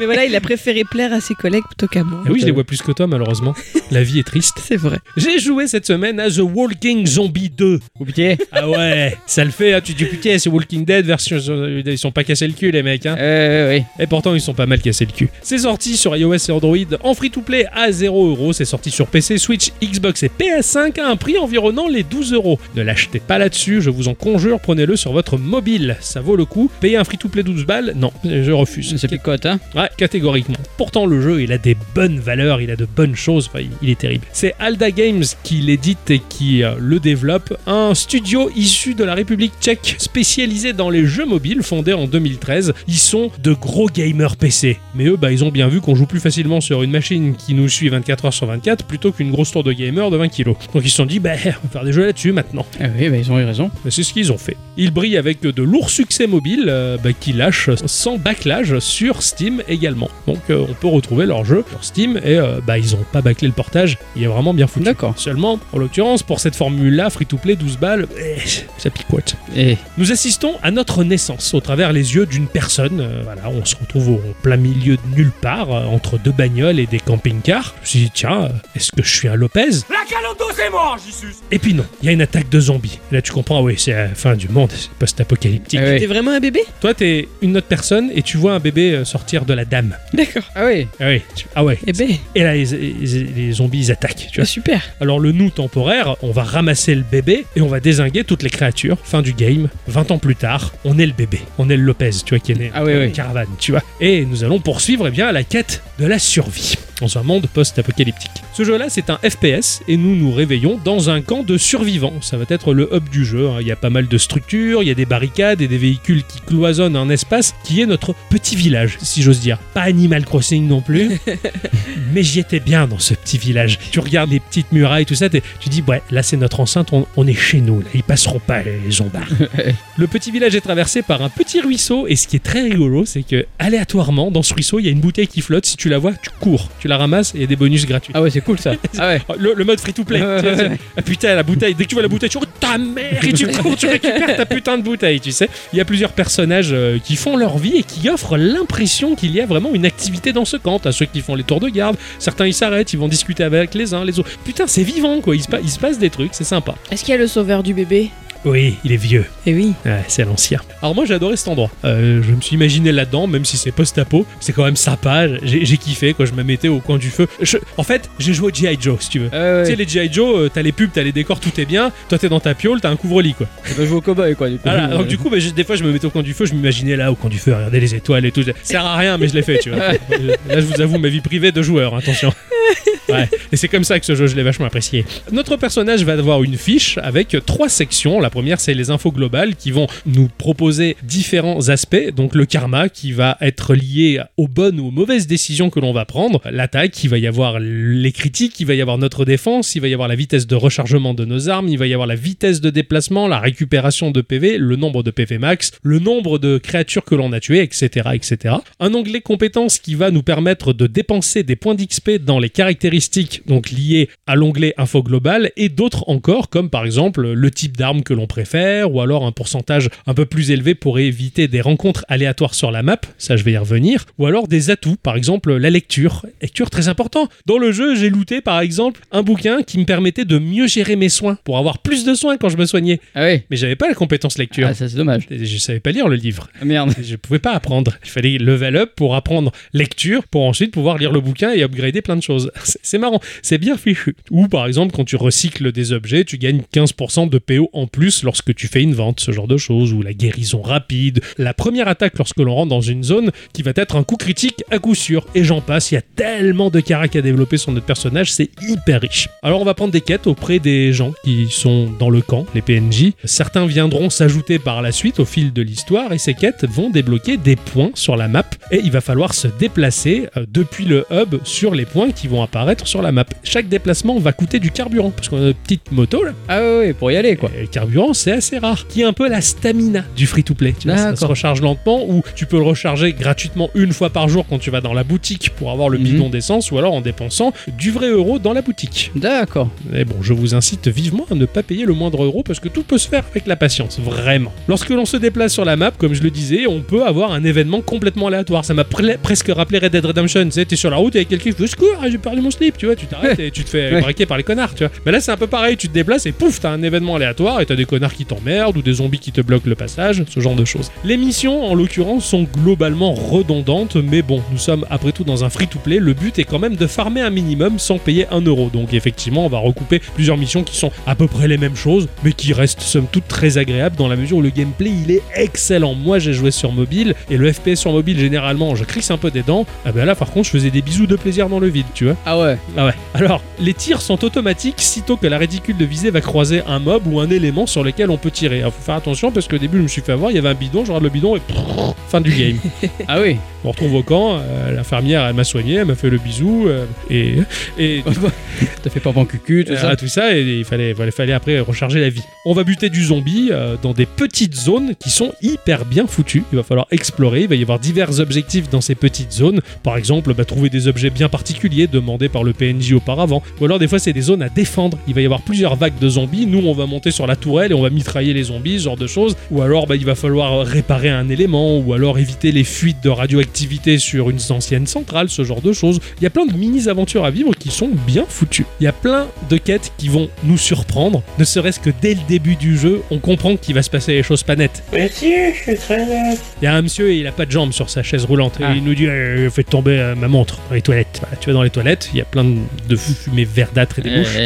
Mais voilà, il a préféré plaire à ses collègues plutôt qu'à moi.
Ah oui, je les vois plus que toi, malheureusement. La vie est triste.
C'est vrai.
J'ai joué cette semaine à The Walking Zombie 2.
Ou pitié.
Ah ouais, ça le fait, hein, tu te dis putain, c'est Walking Dead version. Ils sont pas cassés le cul, les mecs. Hein.
Euh, oui.
Et pourtant, ils sont pas mal cassés le cul. C'est sorti sur iOS et Android en free-to-play à 0€. C'est sorti sur PC, Switch, Xbox et PS5 à un prix environnant les 12€. Ne l'achetez pas là-dessus, je vous en conjure, prenez-le sur votre mobile. Ça vaut le coup. Payer un free-to-play 12 balles Non, je refuse.
C'est picote, hein.
Ouais, catégoriquement. Pourtant, le jeu, il a des bonnes valeurs, il a de bonnes choses, enfin, il- il est terrible. C'est Alda Games qui l'édite et qui euh, le développe, un studio issu de la République tchèque spécialisé dans les jeux mobiles, fondé en 2013. Ils sont de gros gamers PC. Mais eux, bah, ils ont bien vu qu'on joue plus facilement sur une machine qui nous suit 24 heures sur 24 plutôt qu'une grosse tour de gamer de 20 kilos. Donc ils se sont dit, bah, on va faire des jeux là-dessus maintenant.
Eh oui, bah, ils ont eu raison.
Mais c'est ce qu'ils ont fait. Ils brillent avec de lourds succès mobiles euh, bah, qui lâchent sans backlash sur Steam également. Donc euh, on peut retrouver leur jeu sur Steam et euh, bah, ils ont pas bâclé le portage, il est vraiment bien foutu.
D'accord.
Seulement, en l'occurrence, pour cette formule-là, free-to-play, 12 balles, eh, ça picote.
Eh.
Nous assistons à notre naissance au travers les yeux d'une personne. Euh, voilà, on se retrouve au au plein milieu de nulle part, euh, entre deux bagnoles et des camping-cars. Je me suis dit, tiens, euh, est-ce que je suis un Lopez
La caloto, c'est mort, Jissus
Et puis non, il y a une attaque de zombies. Et là, tu comprends, ah oui, c'est la fin du monde, c'est post-apocalyptique.
Eh
T'es
oui.
vraiment un bébé
Toi, t'es une autre personne et tu vois un bébé euh, sortir de la dame.
D'accord.
Ah oui.
Ah oui, tu- ah ouais.
Eh ben,
Et là, les, les- les zombies, ils attaquent. Tu vois.
super.
Alors le nous temporaire, on va ramasser le bébé et on va désinguer toutes les créatures. Fin du game, 20 ans plus tard, on est le bébé. On est le Lopez, tu vois, qui est né
Ah oui,
dans une
oui.
caravane, tu vois. Et nous allons poursuivre eh bien la quête de la survie dans un monde post-apocalyptique. Ce jeu-là, c'est un FPS et nous nous réveillons dans un camp de survivants. Ça va être le hub du jeu. hein. Il y a pas mal de structures, il y a des barricades et des véhicules qui cloisonnent un espace qui est notre petit village, si j'ose dire. Pas Animal Crossing non plus, mais j'y étais bien dans ce petit village. Tu regardes les petites murailles, tout ça, t'es- tu dis, ouais, là c'est notre enceinte, on, on est chez nous, là, ils passeront pas les zombards. le petit village est traversé par un petit ruisseau, et ce qui est très rigolo, c'est que aléatoirement, dans ce ruisseau, il y a une bouteille qui flotte, si tu la vois, tu cours, tu la ramasses, et il y a des bonus gratuits.
Ah ouais, c'est cool ça. Ah ouais.
Oh, Le, le mode free to play. ah, putain, la bouteille. Dès que tu vois la bouteille, tu oh, ta mère et tu cours, tu récupères ta putain de bouteille, tu sais. Il y a plusieurs personnages euh, qui font leur vie et qui offrent l'impression qu'il y a vraiment une activité dans ce camp. T'as ceux qui font les tours de garde, certains ils s'arrêtent, ils vont discuter avec les uns, les autres. Putain, c'est vivant quoi, il se, pa- il se passe des trucs, c'est sympa.
Est-ce qu'il y a le sauveur du bébé
Oui, il est vieux.
Eh oui.
Ouais, c'est à l'ancien. Alors moi j'ai adoré cet endroit. Euh, je me suis imaginé là-dedans, même si c'est post-apo, c'est quand même sympa. J'ai j'ai kiffé quand je me mettais au coin du feu. Je- en fait, j'ai joué au G.I. Joe si tu veux.
Ah
Tu sais,
ouais.
les G.I. Joe, euh, t'as les pubs, t'as les décors, tout est bien. Toi, t'es dans ta piole, t'as un couvre-lit, quoi.
Tu peux jouer au cowboy quoi, du coup.
Voilà. Donc, du coup, bah, je- des fois, je me mettais au coin du feu, je m'imaginais là, au coin du feu, regarder les étoiles et tout. Ça sert à rien, mais je l'ai fait, tu vois. là, je vous avoue ma vie privée de joueur, hein, attention. Ouais. Et c'est comme ça que ce jeu, je l'ai vachement apprécié. Notre personnage va avoir une fiche avec trois sections. La première, c'est les infos globales qui vont nous proposer différents aspects. Donc le karma qui va être lié aux bonnes ou aux mauvaises décisions que l'on va prendre. L'attaque, il va y avoir les critiques, il va y avoir notre défense, il va y avoir la vitesse de rechargement de nos armes, il va y avoir la vitesse de déplacement, la récupération de PV, le nombre de PV max, le nombre de créatures que l'on a tuées, etc., etc. Un onglet compétences qui va nous permettre de dépenser des points d'XP dans les caractéristiques donc liées à l'onglet info global et d'autres encore comme par exemple le type d'arme que l'on préfère ou alors un pourcentage un peu plus élevé pour éviter des rencontres aléatoires sur la map, ça je vais y revenir, ou alors des atouts, par exemple la lecture, lecture très important. Dans le jeu, j'ai looté par exemple un bouquin qui me permettait de mieux gérer mes soins pour avoir plus de soins quand je me soignais,
Ah oui.
mais j'avais pas la compétence lecture.
Ah, ça c'est dommage.
Et je savais pas lire le livre.
Ah, merde.
Je pouvais pas apprendre. Il fallait level up pour apprendre lecture, pour ensuite pouvoir lire le bouquin et upgrader plein de choses. C'est c'est marrant, c'est bien fichu. Ou par exemple, quand tu recycles des objets, tu gagnes 15% de PO en plus lorsque tu fais une vente, ce genre de choses, ou la guérison rapide, la première attaque lorsque l'on rentre dans une zone qui va être un coup critique à coup sûr. Et j'en passe, il y a tellement de carac à développer sur notre personnage, c'est hyper riche. Alors on va prendre des quêtes auprès des gens qui sont dans le camp, les PNJ. Certains viendront s'ajouter par la suite au fil de l'histoire et ces quêtes vont débloquer des points sur la map et il va falloir se déplacer euh, depuis le hub sur les points qui vont apparaître sur la map. Chaque déplacement va coûter du carburant parce qu'on a une petite moto là,
Ah oui, oui, pour y aller quoi.
et le carburant, c'est assez rare. Qui est un peu la stamina du free-to-play. Tu vois, ça se
D'accord.
recharge lentement ou tu peux le recharger gratuitement une fois par jour quand tu vas dans la boutique pour avoir le
Mhm.
bidon d'essence ou alors en dépensant du vrai euro dans la boutique.
D'accord.
Mais Eh bon, je vous incite vivement à ne pas payer le moindre euro parce que tout peut se faire avec la patience, vraiment. Lorsque l'on se déplace sur la map, comme je le disais, on peut avoir un événement complètement aléatoire. Ça m'a pre- presque rappelé Red Dead Redemption. Tu sais, t'es sur la route et quelqu'un qui fait secours, ah, j'ai perdu mon slip, tu vois, tu t'arrêtes et tu te fais
Ouais.
braquer par les connards, tu vois. Mais là, c'est un peu pareil, tu te déplaces et pouf, t'as un événement aléatoire et t'as des connards qui t'emmerdent ou des zombies qui te bloquent le passage, ce genre de choses. Les missions, en l'occurrence, sont globalement redondantes, mais bon, nous sommes après tout dans un free-to-play. Le but est quand même de farmer un minimum sans payer un euro. Donc effectivement, on va recouper plusieurs missions qui sont à peu près les mêmes choses, mais qui restent somme toute très agréables dans la mesure où le gameplay il est excellent. Moi, j'ai joué sur mobile et le FPS sur mobile, généralement, je crisse un peu des dents. Ah ben là, par contre, je faisais des bisous de plaisir dans le vide, tu vois.
Ah ouais.
Ah ouais. Alors, les tirs sont automatiques sitôt que la réticule de visée va croiser un mob ou un élément sur lequel on peut tirer. Alors, faut faire attention parce qu'au début, je me suis fait avoir, il y avait un bidon, je regarde le bidon et prrr, fin du game.
Ah oui.
On retrouve au camp, euh, l'infirmière, elle m'a soigné, elle m'a fait le bisou euh, et, et
T'as fait pas en cucu, tout
euh,
ça.
à tout ça, et il fallait, voilà, fallait après recharger la vie. On va buter du zombie euh, dans des petites zones qui sont hyper bien foutues. Il va falloir explorer, il va y avoir divers objectifs dans ces petites zones. Par exemple, bah, trouver des objets bien particuliers demandés par le PNJ auparavant. Ou alors des fois c'est des zones à défendre. Il va y avoir plusieurs vagues de zombies. Nous on va monter sur la tourelle et on va mitrailler les zombies, ce genre de choses. Ou alors bah, il va falloir réparer un élément, ou alors éviter les fuites de radioactivité sur une ancienne centrale, ce genre de choses. Il y a plein de mini-aventures à vivre qui sont bien foutues. Il y a plein de quêtes qui vont nous surprendre, ne serait-ce que dès le début du jeu, on comprend qu'il va se passer les choses pas nettes.
Monsieur, je suis très net.
Il y a un monsieur et il a pas de jambes sur sa chaise roulante. Et
Ah.
il nous dit euh, Faites tomber euh, ma montre dans les toilettes. Voilà, tu vas dans les toilettes, il y a plein de- de fumée verdâtre et des mouches.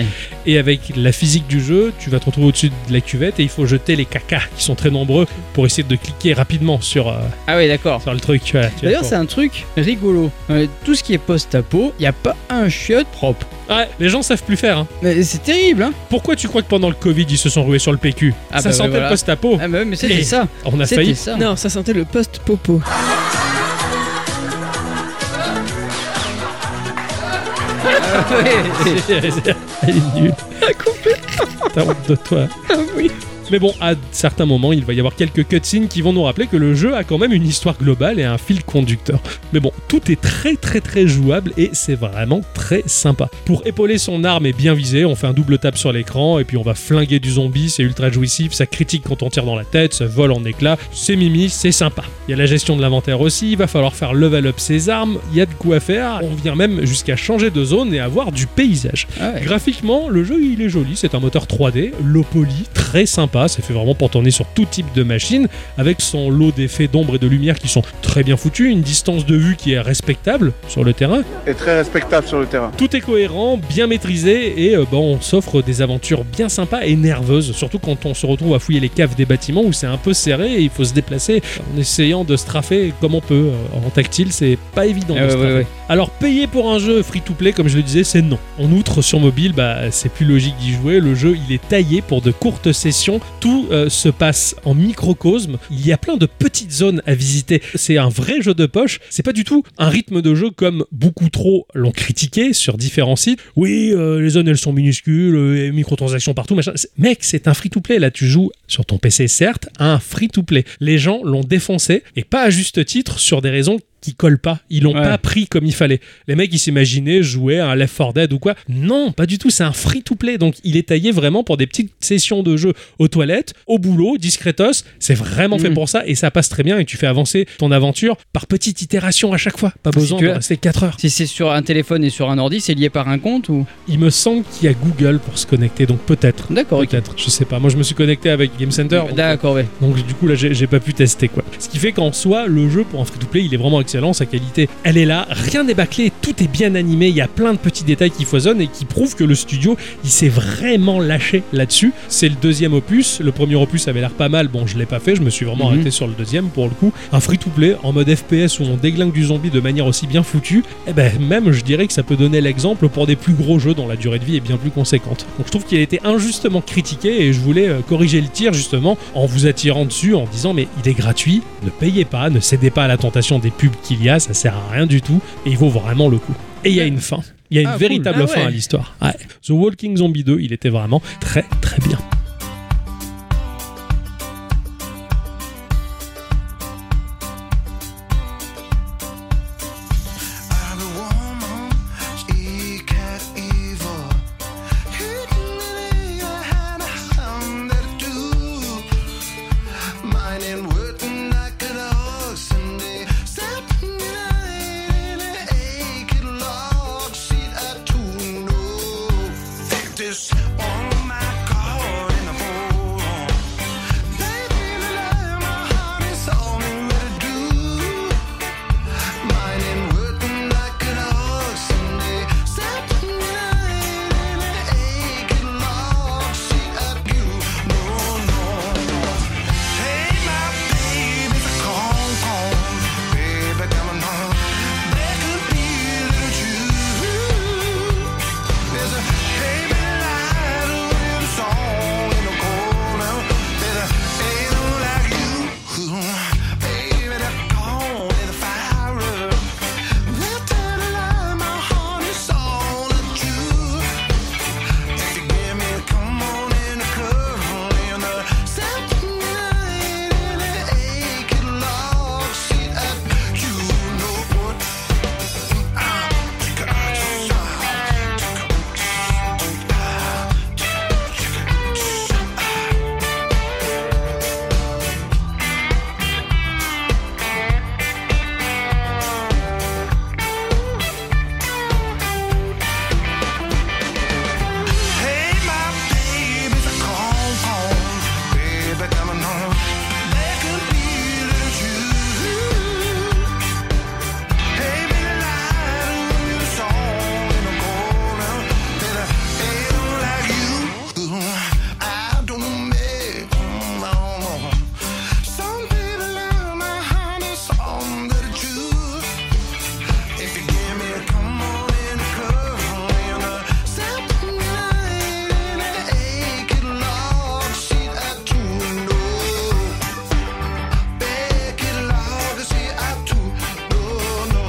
Eh,
Et avec la physique du jeu, tu vas te retrouver au-dessus de la cuvette et il faut jeter les cacas qui sont très nombreux pour essayer de cliquer rapidement sur, euh,
eh. Ah oui, d'accord.
sur le truc. Voilà, tu vas
D'ailleurs,
pour-
c'est un truc rigolo. Euh, tout ce qui est post-apo, y a pas un chiotte propre.
Ouais, les gens savent plus faire. hein.
Mais c'est terrible, hein.
Pourquoi tu crois que pendant le Covid ils se sont rués sur le PQ
Ah
Ça
bah
sentait
ouais, voilà.
le post-apo.
Ah bah oui, mais c'était
Eh,
ça.
On a
C'était
failli.
ça.
Non, ça sentait le post-popo.
Ah ouais.
Elle est nulle. T'as honte de toi. Mais bon, à certains moments, il va y avoir quelques cutscenes qui vont nous rappeler que le jeu a quand même une histoire globale et un fil conducteur. Mais bon, tout est très très très jouable et c'est vraiment très sympa. Pour épauler son arme et bien viser, on fait un double tap sur l'écran et puis on va flinguer du zombie, c'est ultra jouissif, ça critique quand on tire dans la tête, ça vole en éclats, c'est mimi, c'est sympa. Il y a la gestion de l'inventaire aussi, il va falloir faire level up ses armes, il y a de quoi faire, on vient même jusqu'à changer de zone et avoir du paysage.
Ah ouais.
Graphiquement, le jeu il est joli, c'est un moteur 3D, low poly, très sympa. sympa, c'est fait vraiment pour tourner sur tout type de machine, avec son lot d'effets d'ombre et de lumière qui sont très bien foutus, une distance de vue qui est respectable sur le terrain.
est très respectable sur le terrain.
Tout est cohérent, bien maîtrisé et euh, bah, on s'offre des aventures bien sympas et nerveuses, surtout quand on se retrouve à fouiller les caves des bâtiments où c'est un peu serré et il faut se déplacer en essayant de straffer comme on peut. Euh, En tactile, c'est pas évident. de
Ah ouais,
straffer.
ouais, ouais.
Alors payer pour un jeu free-to-play, comme je le disais, c'est non. En outre, sur mobile, bah, c'est plus logique d'y jouer. Le jeu, il est taillé pour de courtes sessions. Tout euh, se passe en microcosme. Il y a plein de petites zones à visiter. C'est un vrai jeu de poche. C'est pas du tout un rythme de jeu comme beaucoup trop l'ont critiqué sur différents sites. Oui, euh, les zones, elles sont minuscules, euh, et microtransactions partout, machin. C'est- Mec, c'est un free-to-play. Là, tu joues sur ton PC, certes, à un free-to-play. Les gens l'ont défoncé, et pas à juste titre, sur des raisons qui collent pas. Ils l'ont
Ouais.
pas pris comme il fallait. Les mecs, ils s'imaginaient jouer à un Left 4 Dead ou quoi. Non, pas du tout. C'est un free-to-play. Donc, il est taillé vraiment pour des petites sessions de jeu aux toilettes, au boulot, discretos. C'est vraiment fait
Mm.
pour ça et ça passe très bien. Et tu fais avancer ton aventure par petites itérations à chaque fois. Pas
Si
besoin
tu
de
as-
rester 4 heures.
Si c'est sur un téléphone et sur un ordi, c'est lié par un compte ou
Il me semble qu'il y a Google pour se connecter. Donc, peut-être.
D'accord. ok.
Peut-être, je sais pas. Moi, je me suis connecté avec Game Center. donc-
D'accord, ouais.
Donc du coup là j'ai j'ai pas pu tester quoi. Ce qui fait qu'en soi le jeu pour un free-to-play il est vraiment excellent, sa qualité elle est là, rien n'est bâclé, tout est bien animé, il y a plein de petits détails qui foisonnent et qui prouvent que le studio il s'est vraiment lâché là-dessus. C'est le deuxième opus, le premier opus avait l'air pas mal, bon je l'ai pas fait, je me suis vraiment
Mhm.
arrêté sur le deuxième pour le coup. Un free-to-play en mode FPS où on déglingue du zombie de manière aussi bien foutue, eh ben même je dirais que ça peut donner l'exemple pour des plus gros jeux dont la durée de vie est bien plus conséquente. Donc je trouve qu'il a été injustement critiqué et je voulais euh, corriger le tir justement en vous attirant dessus en disant mais il est gratuit, ne payez pas, ne cédez pas à la tentation des pubs qu'il y a, ça sert à rien du tout et il vaut vraiment le coup. Et il y a une fin. Il y a une
Ah, cool.
véritable
Ah
fin à
ouais.
l'histoire. Ouais. The Walking Zombie 2, il était vraiment très très bien.
I'm a woman, she cat evil. Hidden had a hand that do mine and wood and I could host and they step in a acre log seat at two no this on my god in the hole Baby my heart is all in what do Mine and wooden like an ox and they step nine and an aching log seat at you. No, no, no. Hey my baby, come home, baby, come on. There could be little truth. There's a baby light in the song in the corner. There's a baby like you, baby that gone in the fire. Let that light, my heart is all in you. If you give me a come on in the club in the second night in an aching log seat at you know what. Hey, my baby's a call home. Baby, coming home. There could be little truth. Baby, light a little song in the corner. Baby, ain't no like you. I don't make no. Some people love my honey, some that are true. If you give me a come on in the club in a Saturday night in an aching log seat at two no Aching log seat at two no no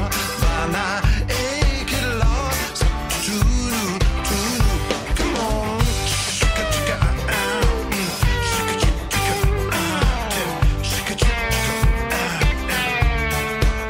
Find an aching log seat at two two no Come on Shake it, shake it, ah, ah, mm. Shake it, shake it, ah, yeah. Shake it, shake it, ah, yeah.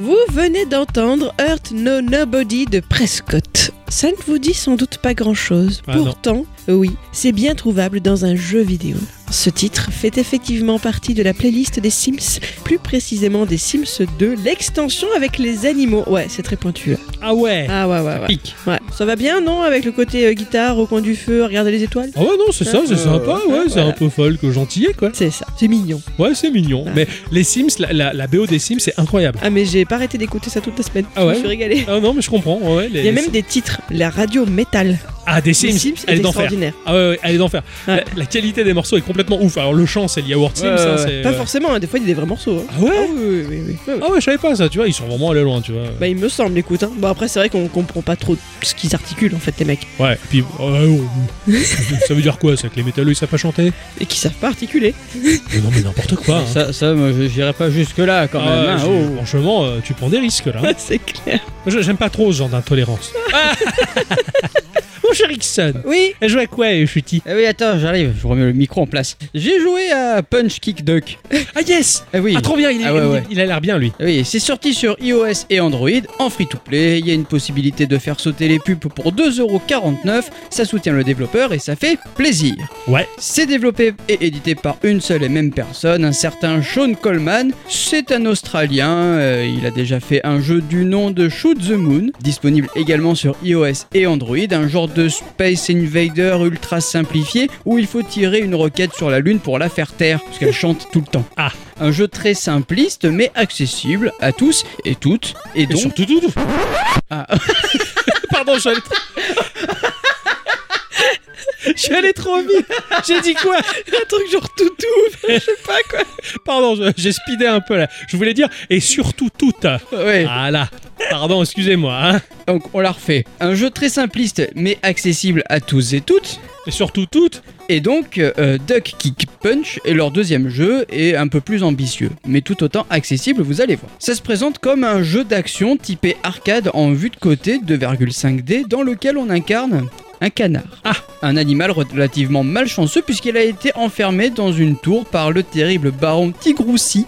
Vous venez d'entendre Hurt No Nobody de Prescott. Ça ne vous dit sans doute pas grand-chose.
Ah,
Pourtant, Oui, c'est bien trouvable dans un jeu vidéo. Ce titre fait effectivement partie de la playlist des Sims, plus précisément des Sims 2, l'extension avec les animaux. Ouais, c'est très pointu. là.
Ah ouais
Ah ouais, ouais, ouais.
Pique.
Ouais. Ça va bien, non Avec le côté euh, guitare au coin du feu, regarder les étoiles
Ah ouais, non, c'est ça, c'est
Euh,
sympa, ouais, c'est
voilà.
un peu folle que gentillet, quoi.
C'est ça, c'est mignon.
Ouais, c'est mignon.
Ouais.
Mais les Sims, la, la- la BO des Sims, c'est incroyable.
Ah, mais j'ai pas arrêté d'écouter ça toute la semaine.
Ah
Je
ouais
me suis régalée.
Ah non, mais je comprends. ouais, les-
Il y a même des titres, la radio métal.
Ah, des Sims,
les Sims
elle est d'enfer.
extraordinaire.
Ah ouais, ouais, elle est d'enfer.
Ouais.
La, la qualité des morceaux est complètement ouf. Alors le chant, c'est lié à World Sims.
Ouais,
hein,
ouais,
c'est-
Pas
ouais.
forcément, hein, des fois il y a des vrais morceaux. hein.
Ah ouais
oui, oui, oui, oui.
Ah ouais, je savais pas ça, tu vois. Ils sont vraiment allés loin, tu vois.
Bah il me semble, écoute. Hein. Bon après c'est vrai qu'on comprend pas trop ce qu'ils articulent en fait les mecs.
Ouais, puis. oh, ouais, ouais. ça veut dire quoi, ça Que les métalleux, ils savent pas chanter
Et qui savent pas articuler.
Mais Non, mais n'importe quoi. hein.
Ça, ça moi, je- j'irai pas jusque-là quand
Ah,
même. hein,
je-
oh.
Franchement, euh, tu prends des risques là. hein.
c'est clair.
Je- J'aime pas trop ce genre d'intolérance. Mon cher Ixon,
Oui
elle jouait à quoi, euh, Chuti
Eh oui, attends, j'arrive, je remets le micro en place. J'ai joué à Punch Kick Duck.
Ah yes
Eh oui.
Ah trop bien, il, est-
Ah ouais,
il-
ouais.
il a l'air bien lui.
Eh Oui, c'est sorti sur iOS et Android en free to play. Il y a une possibilité de faire sauter les pubs pour 2,49€. Ça soutient le développeur et ça fait plaisir.
Ouais.
C'est développé et édité par une seule et même personne, un certain Sean Coleman. C'est un Australien. euh, il a déjà fait un jeu du nom de Shoot the Moon, disponible également sur iOS et Android, un genre de Space Invader ultra simplifié où il faut tirer une roquette sur la Lune pour la faire taire, parce qu'elle chante tout le temps.
Ah.
Un jeu très simpliste mais accessible à tous et toutes. Et donc.
surtout tout.
Ah.
Pardon, je suis allé trop. Je suis allé trop vite. J'ai dit quoi
Un truc genre toutou Je sais pas quoi
Pardon, je- j'ai speedé un peu là. Je voulais dire et surtout toutes.
Ouais.
Ah là. Pardon, excusez-moi. hein.
Donc on la refait. Un jeu très simpliste mais accessible à tous et toutes.
Et surtout toutes.
Et donc, euh, Duck Kick Punch est leur deuxième jeu et un peu plus ambitieux, mais tout autant accessible, vous allez voir. Ça se présente comme un jeu d'action typé arcade en vue de côté 2,5D dans lequel on incarne un canard.
Ah.
Un animal relativement malchanceux puisqu'il a été enfermé dans une tour par le terrible baron Tigroussi.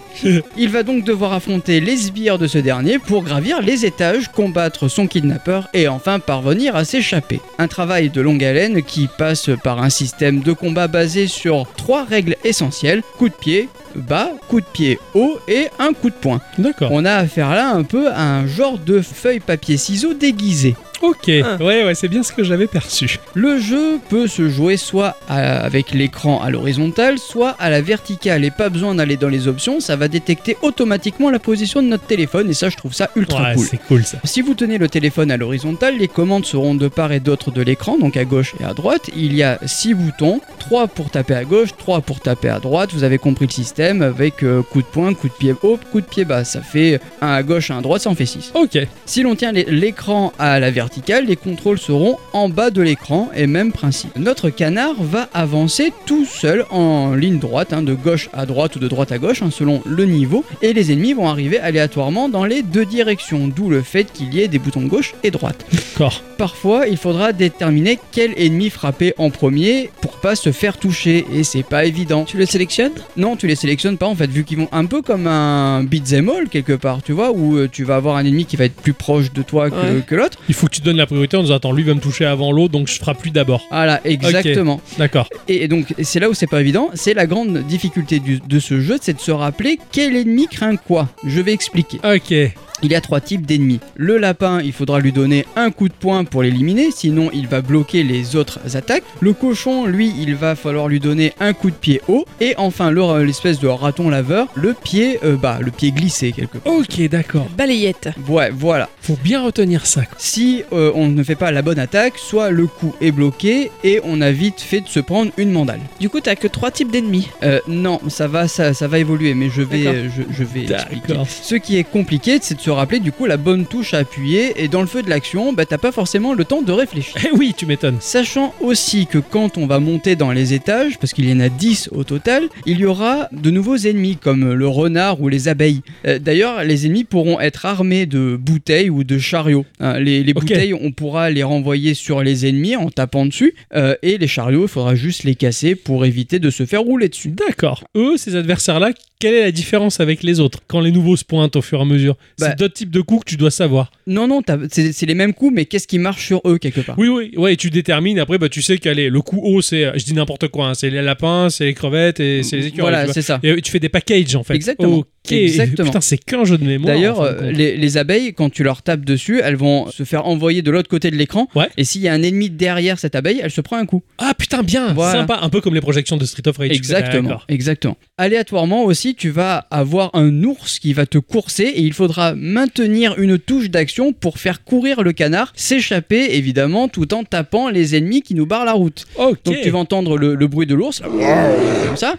Il va donc devoir affronter les sbires de ce dernier pour gravir les étages, combattre son kidnappeur et enfin parvenir à s'échapper. Un travail de longue haleine qui passe par un système de combat basé sur trois règles essentielles coup de pied bas, coup de pied haut et un coup de poing.
D'accord.
On a affaire là un peu à un genre de feuille papier ciseaux déguisé.
Ok.
Ah.
Ouais, ouais, c'est bien ce que j'avais perçu.
Le jeu peut se jouer soit à- avec l'écran à l'horizontale, soit à la verticale et pas besoin d'aller dans les options, ça va détecter automatiquement la position de notre téléphone et ça je trouve ça ultra
ouais,
cool.
c'est cool ça.
Si vous tenez le téléphone à l'horizontale, les commandes seront de part et d'autre de l'écran, donc à gauche et à droite. Il y a 6 boutons, 3 pour taper à gauche, 3 pour taper à droite. Vous avez compris le système avec euh, coup de poing, coup de pied haut, coup de pied bas. Ça fait 1 à gauche, 1 à droite, ça en fait 6.
Ok.
Si l'on tient les- l'écran à la verticale, les contrôles seront en bas de l'écran et même principe. Notre canard va avancer tout seul en ligne droite, hein, de gauche à droite ou de droite à gauche hein, selon le niveau, et les ennemis vont arriver aléatoirement dans les deux directions, d'où le fait qu'il y ait des boutons gauche et droite.
D'accord.
Parfois, il faudra déterminer quel ennemi frapper en premier pour pas se faire toucher, et c'est pas évident.
Tu le sélectionnes
Non, tu les sélectionnes pas en fait, vu qu'ils vont un peu comme un beat'em all quelque part, tu vois, où euh, tu vas avoir un ennemi qui va être plus proche de toi que,
Ouais.
que l'autre.
Il faut que tu donnes la priorité en disant attends, lui va me toucher avant l'autre, donc je frappe lui d'abord.
Voilà, exactement.
D'accord.
Et et donc, c'est là où c'est pas évident, c'est la grande difficulté du- de ce jeu, c'est de se rappeler quel ennemi craint quoi. Je vais expliquer.
Ok.
Il y a trois types d'ennemis. Le lapin, il faudra lui donner un coup de poing pour l'éliminer, sinon il va bloquer les autres attaques. Le cochon, lui, il va falloir lui donner un coup de pied haut. Et enfin, le- l'espèce de raton laveur, le pied euh, bas, le pied glissé quelque part.
Ok, d'accord.
Balayette.
Ouais, voilà.
Faut bien retenir ça. quoi.
Si euh, on ne fait pas la bonne attaque, soit le coup est bloqué et on a vite fait de se prendre une mandale.
Du coup t'as que trois types d'ennemis.
Euh, non, ça va, ça, ça va évoluer, mais je vais,
D'accord.
euh, je, je vais expliquer.
D'accord.
Ce qui est compliqué, c'est de se rappeler du coup la bonne touche à appuyer, et dans le feu de l'action, bah t'as pas forcément le temps de réfléchir.
Eh oui, tu m'étonnes.
Sachant aussi que quand on va monter dans les étages, parce qu'il y en a 10 au total, il y aura de nouveaux ennemis comme le renard ou les abeilles. Euh, D'ailleurs, les ennemis pourront être armés de bouteilles ou de chariots. Hein, les les
Ok.
bouteilles, on pourra les renvoyer sur les ennemis en tapant dessus, euh, et les chariots, il faudra juste les casser pour éviter de se faire rouler dessus.
D'accord. Eux, ces adversaires-là, quelle est la différence avec les autres quand les nouveaux se pointent au fur et à mesure
Bah,
deux types de coups que tu dois savoir.
Non, non, t'as- c'est c'est les mêmes coups, mais qu'est-ce qui marche sur eux quelque part
Oui, oui, ouais, et tu détermines. Après, bah, tu sais qu'elle est le coup haut, c'est, je dis n'importe quoi, hein, c'est les lapins, c'est les crevettes et c'est les écureuils. tu
Voilà,
vois.
c'est ça.
Et euh, tu fais des packages en fait.
Exactement.
Ok.
Exactement.
Putain, c'est qu'un jeu de mémoire.
D'ailleurs,
en fin de
euh,
compte.
les, les abeilles, quand tu leur tapes dessus, elles vont se faire envoyer de l'autre côté de l'écran.
Ouais.
Et s'il y a un ennemi derrière cette abeille, elle se prend un coup.
Ah putain, bien,
Voilà.
sympa. Un peu comme les projections de Street of Rage.
Exactement.
D'accord.
Exactement. Aléatoirement aussi, tu vas avoir un ours qui va te courser et il faudra maintenir une touche d'action pour faire courir le canard, s'échapper évidemment, tout en tapant les ennemis qui nous barrent la route.
Ok.
Donc tu vas entendre le, le bruit de l'ours, là, comme ça.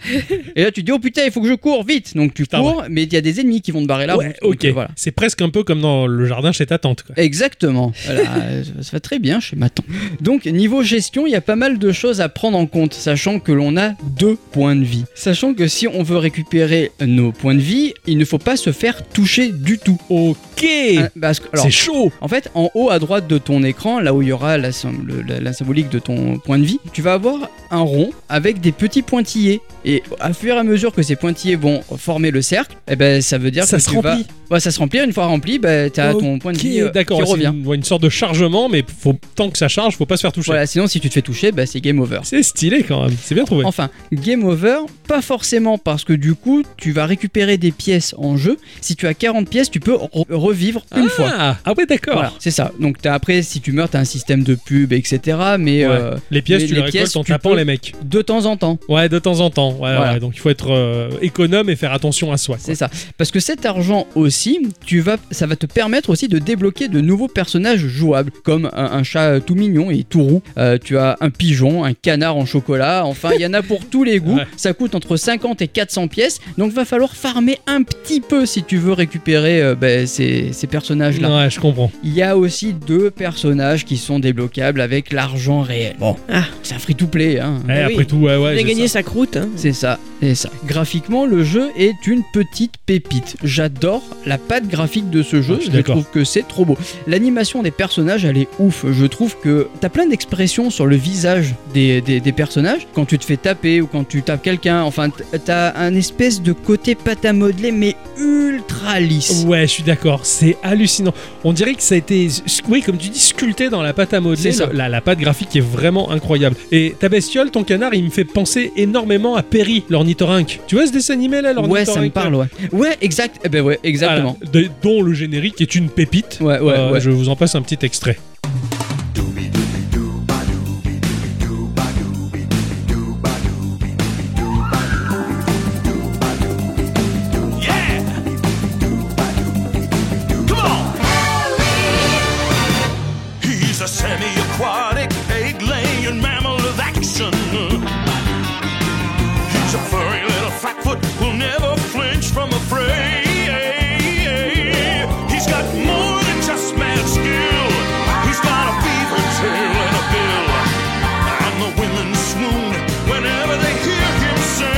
Et là tu te dis oh putain il faut que je cours vite. Donc tu
Putain,
cours, mais il y a des ennemis qui vont te barrer là.
Ouais, ok.
voilà.
C'est presque un peu comme dans le jardin chez ta tante. Quoi.
Exactement. Voilà, euh, ça va très bien chez ma tante. Donc niveau gestion, il y a pas mal de choses à prendre en compte, sachant que l'on a deux points de vie. Sachant que si on veut récupérer nos points de vie, il ne faut pas se faire toucher du tout.
Ok.
Hein, parce que- Euh, alors,
c'est chaud.
en fait, en haut à droite de ton écran, là où il y aura la, sym- le- la- la symbolique de ton point de vie, tu vas avoir un rond avec des petits pointillés. Et à fur et à mesure que ces pointillés vont former le cercle, eh ben, ça veut dire
Ça
que
se
tu vas-
remplit.
Ouais, ça se remplit. Une fois rempli, ben, tu as ton point de
Ok,
vie euh,
D'accord.
qui
c'est
revient.
Une, ouais, une sorte de chargement, mais faut tant que ça charge, faut pas se faire toucher.
Voilà, sinon si tu te fais toucher, ben, c'est game over.
C'est stylé quand même. C'est bien trouvé.
Enfin, game over, pas forcément parce que du coup, tu vas récupérer des pièces en jeu. Si tu as 40 pièces, tu peux re- revivre une
ah,
fois.
Ah ouais, d'accord.
Voilà, c'est ça. Donc t'as- après, si tu meurs, t'as un système de pub, etc. Mais
Ouais.
euh,
Les pièces,
Mais
tu
les
les récoltes
pièces,
en
tu
tapant
peux-
les mecs.
de temps en temps.
Ouais, de temps en temps. Ouais,
Voilà.
ouais, donc il faut être euh, économe et faire attention à soi. quoi.
C'est ça. Parce que cet argent aussi, tu vas, ça va te permettre aussi de débloquer de nouveaux personnages jouables, comme un, un chat euh, tout mignon et tout roux. Euh, tu as un pigeon, un canard en chocolat. Enfin, il y en a pour tous les goûts.
Ouais.
Ça coûte entre 50 et 400 pièces. Donc, va falloir farmer un petit peu si tu veux récupérer euh, ben, ces, ces personnages-là.
Ouais, je comprends.
Il y a aussi deux personnages qui sont débloquables avec l'argent réel. Bon,
Ah.
c'est un free-to-play. Hein.
Eh,
oui.
Après tout, ouais, ouais.
Il a
c'est
gagné
ça.
sa croûte. hein.
C'est ça, c'est ça. Graphiquement, le jeu est une petite pépite. J'adore la patte graphique de ce jeu.
Ah, je suis
je
d'accord.
trouve que c'est trop beau. L'animation des personnages, elle est ouf. Je trouve que t'as plein d'expressions sur le visage des, des- des personnages. Quand tu te fais taper ou quand tu tapes quelqu'un, enfin, t- t'as un espèce de côté pâte à modeler, mais ultra lisse.
Ouais, je suis d'accord. C'est hallucinant. On dirait que ça a été, s- oui, comme tu dis, sculpté dans la pâte à modeler.
C'est ça.
Le- La, la pâte graphique est vraiment incroyable. Et ta bestiole, ton canard, il me fait penser énormément à Perry, l'ornithorynque. Tu vois ce dessin animé là, l'ornithorynque
Ouais, ça me parle, ouais. Ouais, exact. Eh ben ouais, exactement.
Voilà. De- dont le générique est une pépite.
Ouais, ouais,
Euh,
ouais.
Je vous en passe un petit extrait.
He's a semi-aquatic, egg-laying mammal of action. He's a furry little flatfoot who'll never flinch from a fray. He's got more than just mad skill. He's got a beaver tail and a bill. And the women swoon whenever they hear him sing.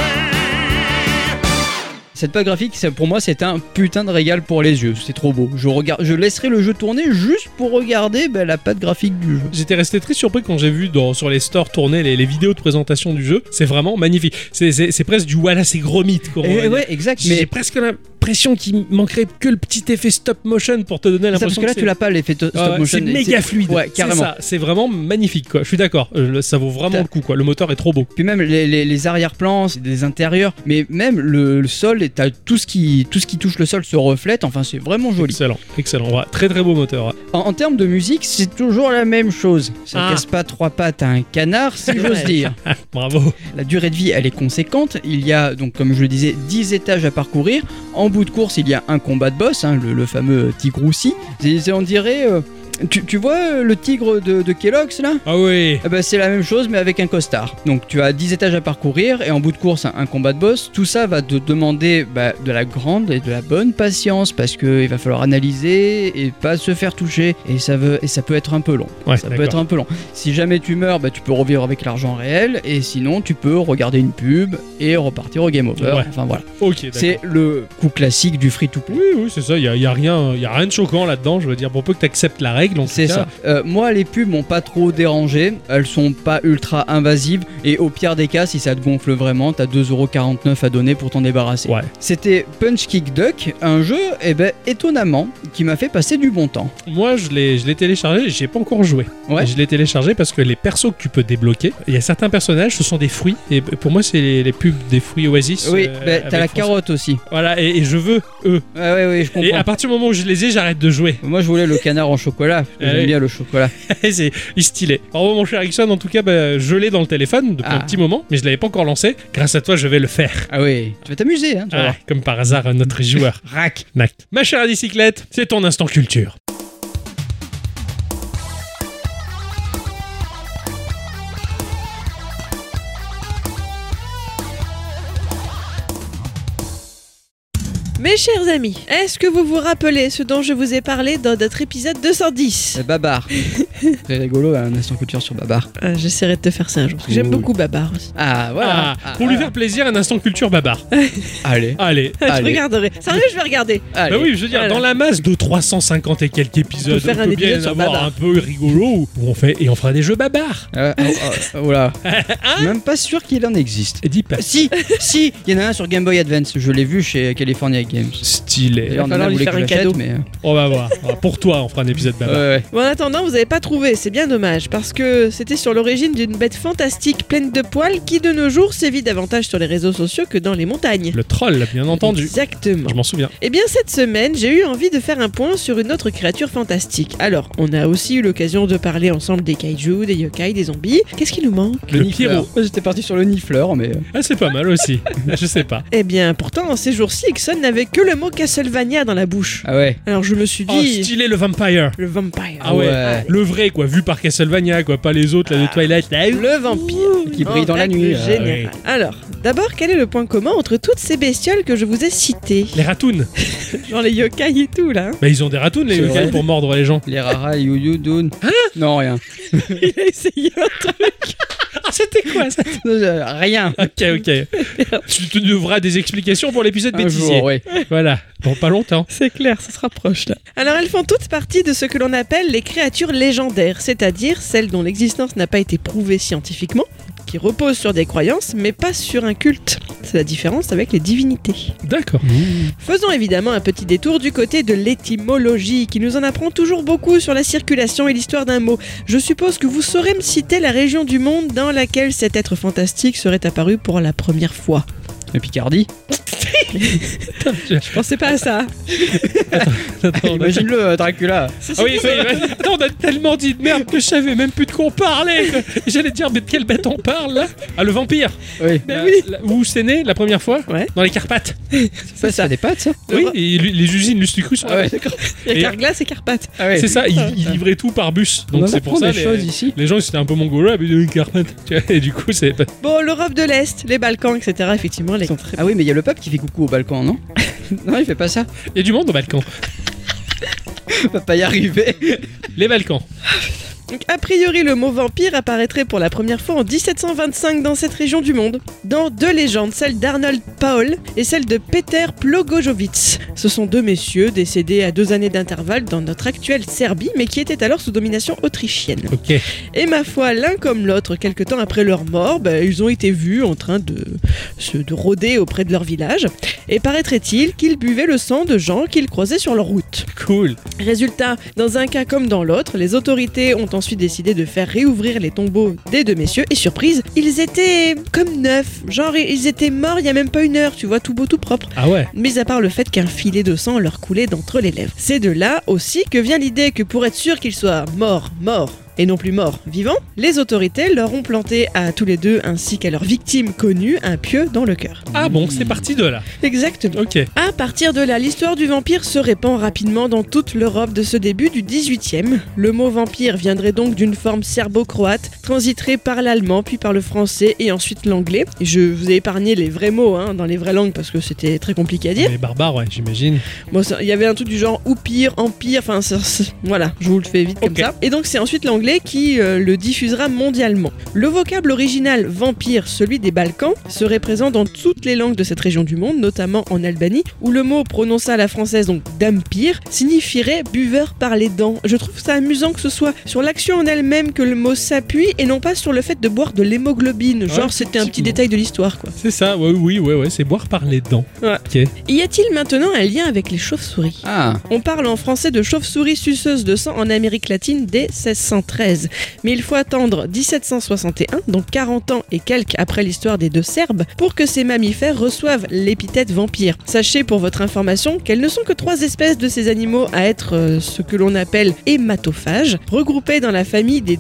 Cette patte graphique, ça, pour moi, c'est un putain de régal pour les yeux. C'est trop beau. Je, regarde, je laisserai le jeu tourner juste pour regarder ben, la patte graphique du jeu.
J'étais resté très surpris quand j'ai vu dans, sur les stores tourner les, les vidéos de présentation du jeu. C'est vraiment magnifique. C'est- C'est c'est presque du Wallace et Gromit. quoi, on va
Eh
dire.
ouais, exact.
J'ai
Mais
presque l'impression qu'il manquerait que le petit effet stop motion pour te donner
ça, parce
l'impression
que là,
c'est-
tu l'as pas l'effet to-
Ah
stop
ouais,
motion.
c'est méga fluide.
Ouais,
C'est
carrément.
ça, c'est vraiment magnifique quoi. Je suis d'accord, euh, le- ça vaut vraiment
T'as-
le coup quoi. Le moteur est trop beau.
Puis même les, les- les arrière-plans, c'est des intérieurs, mais même le, le sol, et t'as tout ce qui tout ce qui touche le sol se reflète. Enfin, c'est vraiment joli.
Excellent, excellent. Ouais, très très beau moteur. ouais.
En, en termes de musique, c'est toujours la même chose. Ça
Ah.
casse pas trois pattes à un canard, si j'ose
vrai.
dire.
Bravo.
La durée de vie, elle est conséquente. Il y a, donc, comme je le disais, 10 étages à parcourir. En bout de course, il y a un combat de boss, hein, le, le fameux tigre roussi. C'est- c'est- On dirait. euh, tu, tu vois euh, le tigre de, de Kellogg's là
Ah oui.
Eh ben, c'est la même chose mais avec un costard. Donc tu as 10 étages à parcourir et en bout de course un, un combat de boss. Tout ça va te demander bah, de la grande et de la bonne patience parce que il va falloir analyser et pas se faire toucher et ça veut et ça peut être un peu long.
Ouais,
Ça peut
d'accord.
être un peu long. Si jamais tu meurs, bah, tu peux revivre avec l'argent réel et sinon tu peux regarder une pub et repartir au game over.
Ouais.
Enfin voilà.
Ok, d'accord.
C'est le coup classique du free to play.
Oui, oui, c'est ça, il n'y a, y a rien y a rien de choquant là-dedans, je veux dire, pour peu que tu acceptes la règles en tout
C'est
cas.
ça. Euh, moi, les pubs m'ont pas trop dérangé. Elles sont pas ultra invasives. Et au pire des cas, si ça te gonfle vraiment, t'as 2,49€ à donner pour t'en débarrasser.
Ouais.
C'était Punch Kick Duck, un jeu, eh ben, étonnamment, qui m'a fait passer du bon temps.
Moi, je l'ai, je l'ai téléchargé, j'ai pas encore joué.
Ouais.
Je l'ai téléchargé parce que les persos que tu peux débloquer, il y a certains personnages, ce sont des fruits. Et pour moi, c'est les, les pubs des fruits Oasis.
Oui,
euh,
ben,
avec
t'as la
François-
carotte aussi.
Voilà, et, et je veux eux.
Ouais, ouais, ouais, je
Et
comprends.
à partir du moment où je les ai, j'arrête de jouer.
Moi, je voulais le canard en chocolat. parce que
Ah oui.
J'aime bien le chocolat.
Et c'est il est stylé. Alors, mon cher Ixon, en tout cas, bah, je l'ai dans le téléphone depuis un
Ah.
petit moment, mais je l'avais pas encore lancé. Grâce à toi, je vais le faire.
Ah oui, tu vas t'amuser, hein, tu vas
Ah,
voir.
comme par hasard, notre joueur. Rack. Nac. Ma chère bicyclette, c'est ton instant culture.
Mes chers amis, est-ce que vous vous rappelez ce dont je vous ai parlé dans notre épisode 210
C'est Babar. Très rigolo, un instant culture sur Babar.
Euh, J'essaierai de te faire ça un jour, parce que j'aime
Ouh.
beaucoup Babar aussi.
Ah, voilà.
Ah, pour lui faire plaisir, un instant culture babar.
Allez.
Allez.
je
Allez.
regarderai. Sérieux, je vais regarder.
Allez.
Bah oui, je veux dire,
Voilà.
dans la masse de 350 et quelques épisodes,
faire un
peut
épisode
bien
sur
avoir
Babar.
un peu rigolo où on fait et on fera des jeux babar.
Euh, oh, oh, oh là. Je suis Même pas sûr qu'il en existe.
Dis pas
Si, si, il y en a un sur Game Boy Advance. Je l'ai vu chez California Games.
stylé.
D'ailleurs,
va falloir
Nana
lui
voulait
faire
que je
un
l'achète,
cadeau.
Mais... euh,
On va voir. Alors, Pour toi, on fera un épisode babar.
Ouais, ouais.
Bon, en attendant, vous n'avez pas trouvé, c'est bien dommage, parce que c'était sur l'origine d'une bête fantastique pleine de poils qui, de nos jours, sévit davantage sur les réseaux sociaux que dans les montagnes.
Le troll, bien entendu.
Exactement.
Je m'en souviens.
Eh bien, cette semaine, j'ai eu envie de faire un point sur une autre créature fantastique. Alors, on a aussi eu l'occasion de parler ensemble des kaiju, des yokai, des zombies. Qu'est-ce qui nous manque
Le
nifleur.
pyro.
Moi, J'étais parti sur le nifleur, mais.
Ah, c'est pas mal aussi. je sais pas.
Eh bien, pourtant, en ces jours-ci, Ixon n'avait que le mot Castlevania dans la bouche.
Ah ouais.
Alors, je me suis
Oh,
dit...
stylé le vampire.
le vampire.
Ah ouais.
Ouais.
Le vrai, quoi, vu par Castlevania, quoi, pas les autres, là, de Twilight. Là,
Le vampire.
Qui brille
En
dans la
règle
nuit. euh,
génial.
générale. Alors, d'abord, quel est le point commun entre toutes ces bestioles que je vous ai citées
Les ratounes.
Genre les yokai et tout, là. hein.
Bah, ils ont des ratounes, les
C'est
yokai,
vrai.
pour mordre les gens.
Les Rara et Yuyudun. non, rien.
Il a essayé un truc.
Ah, c'était quoi ça
rien.
Ok, ok. tu te devras des explications pour l'épisode
Un
bêtisier.
jour, ouais.
Voilà. Dans pas longtemps.
C'est clair, ça se rapproche, là. Alors, elles font toutes partie de ce que l'on appelle les créatures légendaires, c'est-à-dire celles dont l'existence n'a pas été prouvée scientifiquement, qui reposent sur des croyances, mais pas sur un culte. C'est la différence avec les divinités.
D'accord.
Mmh.
Faisons évidemment un petit détour du côté de l'étymologie, qui nous en apprend toujours beaucoup sur la circulation et l'histoire d'un mot. Je suppose que vous saurez me citer la région du monde dans laquelle cet être fantastique serait apparu pour la première fois.
Le Picardie.
Pensez pas à ça.
Attends, on a-
Imagine-le, euh, Dracula.
Ah oui, c'est vrai. Attends, on a tellement dit de merde que je savais même plus de quoi on parlait. J'allais dire, mais de quelle bête on parle là Ah, le vampire.
Oui.
La- la- où c'est né la première fois
Ouais.
Dans les Carpates.
Ça, ça a des pattes, ça
Oui, et lui- les usines Lustucru sont
Ah ouais,
là-bas.
d'accord.
Il y
Et-
a Carglass et Carpath.
Ah ouais.
C'est ça, ils, ils livraient tout par bus.
On en
Donc c'est pour
apprend
ça. euh,
des
les-
choses ici.
Les gens ils étaient un peu mongolais, mais une Carpate. Tu vois, Et du coup, c'est.
Bon, l'Europe de l'Est, les Balkans, etc. Effectivement, les...
Ah oui, mais il y a le pape qui fait coucou au Balkan, non Non, il fait pas ça.
Il y a du monde aux Balkans.
On va pas y arriver.
Les Balkans.
Donc, a priori, le mot vampire apparaîtrait pour la première fois en 1725 dans cette région du monde, dans deux légendes, celle d'Arnold Paul et celle de Peter Plogojovitz. Ce sont deux messieurs décédés à deux années d'intervalle dans notre actuelle Serbie, mais qui étaient alors sous domination autrichienne.
Ok.
Et ma foi, l'un comme l'autre, quelque temps après leur mort, bah, ils ont été vus en train de se de rôder auprès de leur village, et paraîtrait-il qu'ils buvaient le sang de gens qu'ils croisaient sur leur route.
Cool.
Résultat, dans un cas comme dans l'autre, les autorités ont ensuite décidé de faire réouvrir les tombeaux des deux messieurs et surprise, ils étaient comme neufs. Genre, ils étaient morts il y a même pas une heure, tu vois, tout beau, tout propre.
Ah ouais.
Mis à part le fait qu'un filet de sang leur coulait d'entre les lèvres. C'est de là aussi que vient l'idée que pour être sûr qu'ils soient morts, morts, et non plus morts, vivants, les autorités leur ont planté à tous les deux ainsi qu'à leurs victimes connues un pieu dans le cœur.
Ah bon, c'est parti de là.
Exactement.
Ok.
À partir de là, l'histoire du vampire se répand rapidement dans toute l'Europe de ce début du 18e. Le mot vampire viendrait donc d'une forme serbo-croate, transiterait par l'allemand, puis par le français et ensuite l'anglais. Je vous ai épargné les vrais mots hein, dans les vraies langues parce que c'était très compliqué à dire.
Les barbares, ouais, j'imagine.
Bon, ça- il y avait un truc du genre ou pire, empire, enfin ça- ça- voilà, je vous le fais vite comme
Ok.
ça. Et donc c'est ensuite l'anglais anglais qui euh, le diffusera mondialement. Le vocable original vampire, celui des Balkans, serait présent dans toutes les langues de cette région du monde, notamment en Albanie, où le mot prononcé à la française, donc dampir, signifierait buveur par les dents. Je trouve ça amusant que ce soit sur l'action en elle-même que le mot s'appuie et non pas sur le fait de boire de l'hémoglobine. Genre,
Ouais,
c'était un petit
effectivement.
détail de l'histoire, quoi.
C'est ça, ouais, oui, ouais, ouais, c'est boire par les dents.
Y a-t-il maintenant un lien avec les chauves-souris
Ah,
On parle en français de chauve-souris suceuse de sang en Amérique latine dès 1613. Mais il faut attendre 1761, donc 40 ans et quelques après l'histoire des deux Serbes, pour que ces mammifères reçoivent l'épithète vampire. Sachez pour votre information qu'elles ne sont que trois espèces de ces animaux à être euh, ce que l'on appelle hématophages, regroupés dans la famille des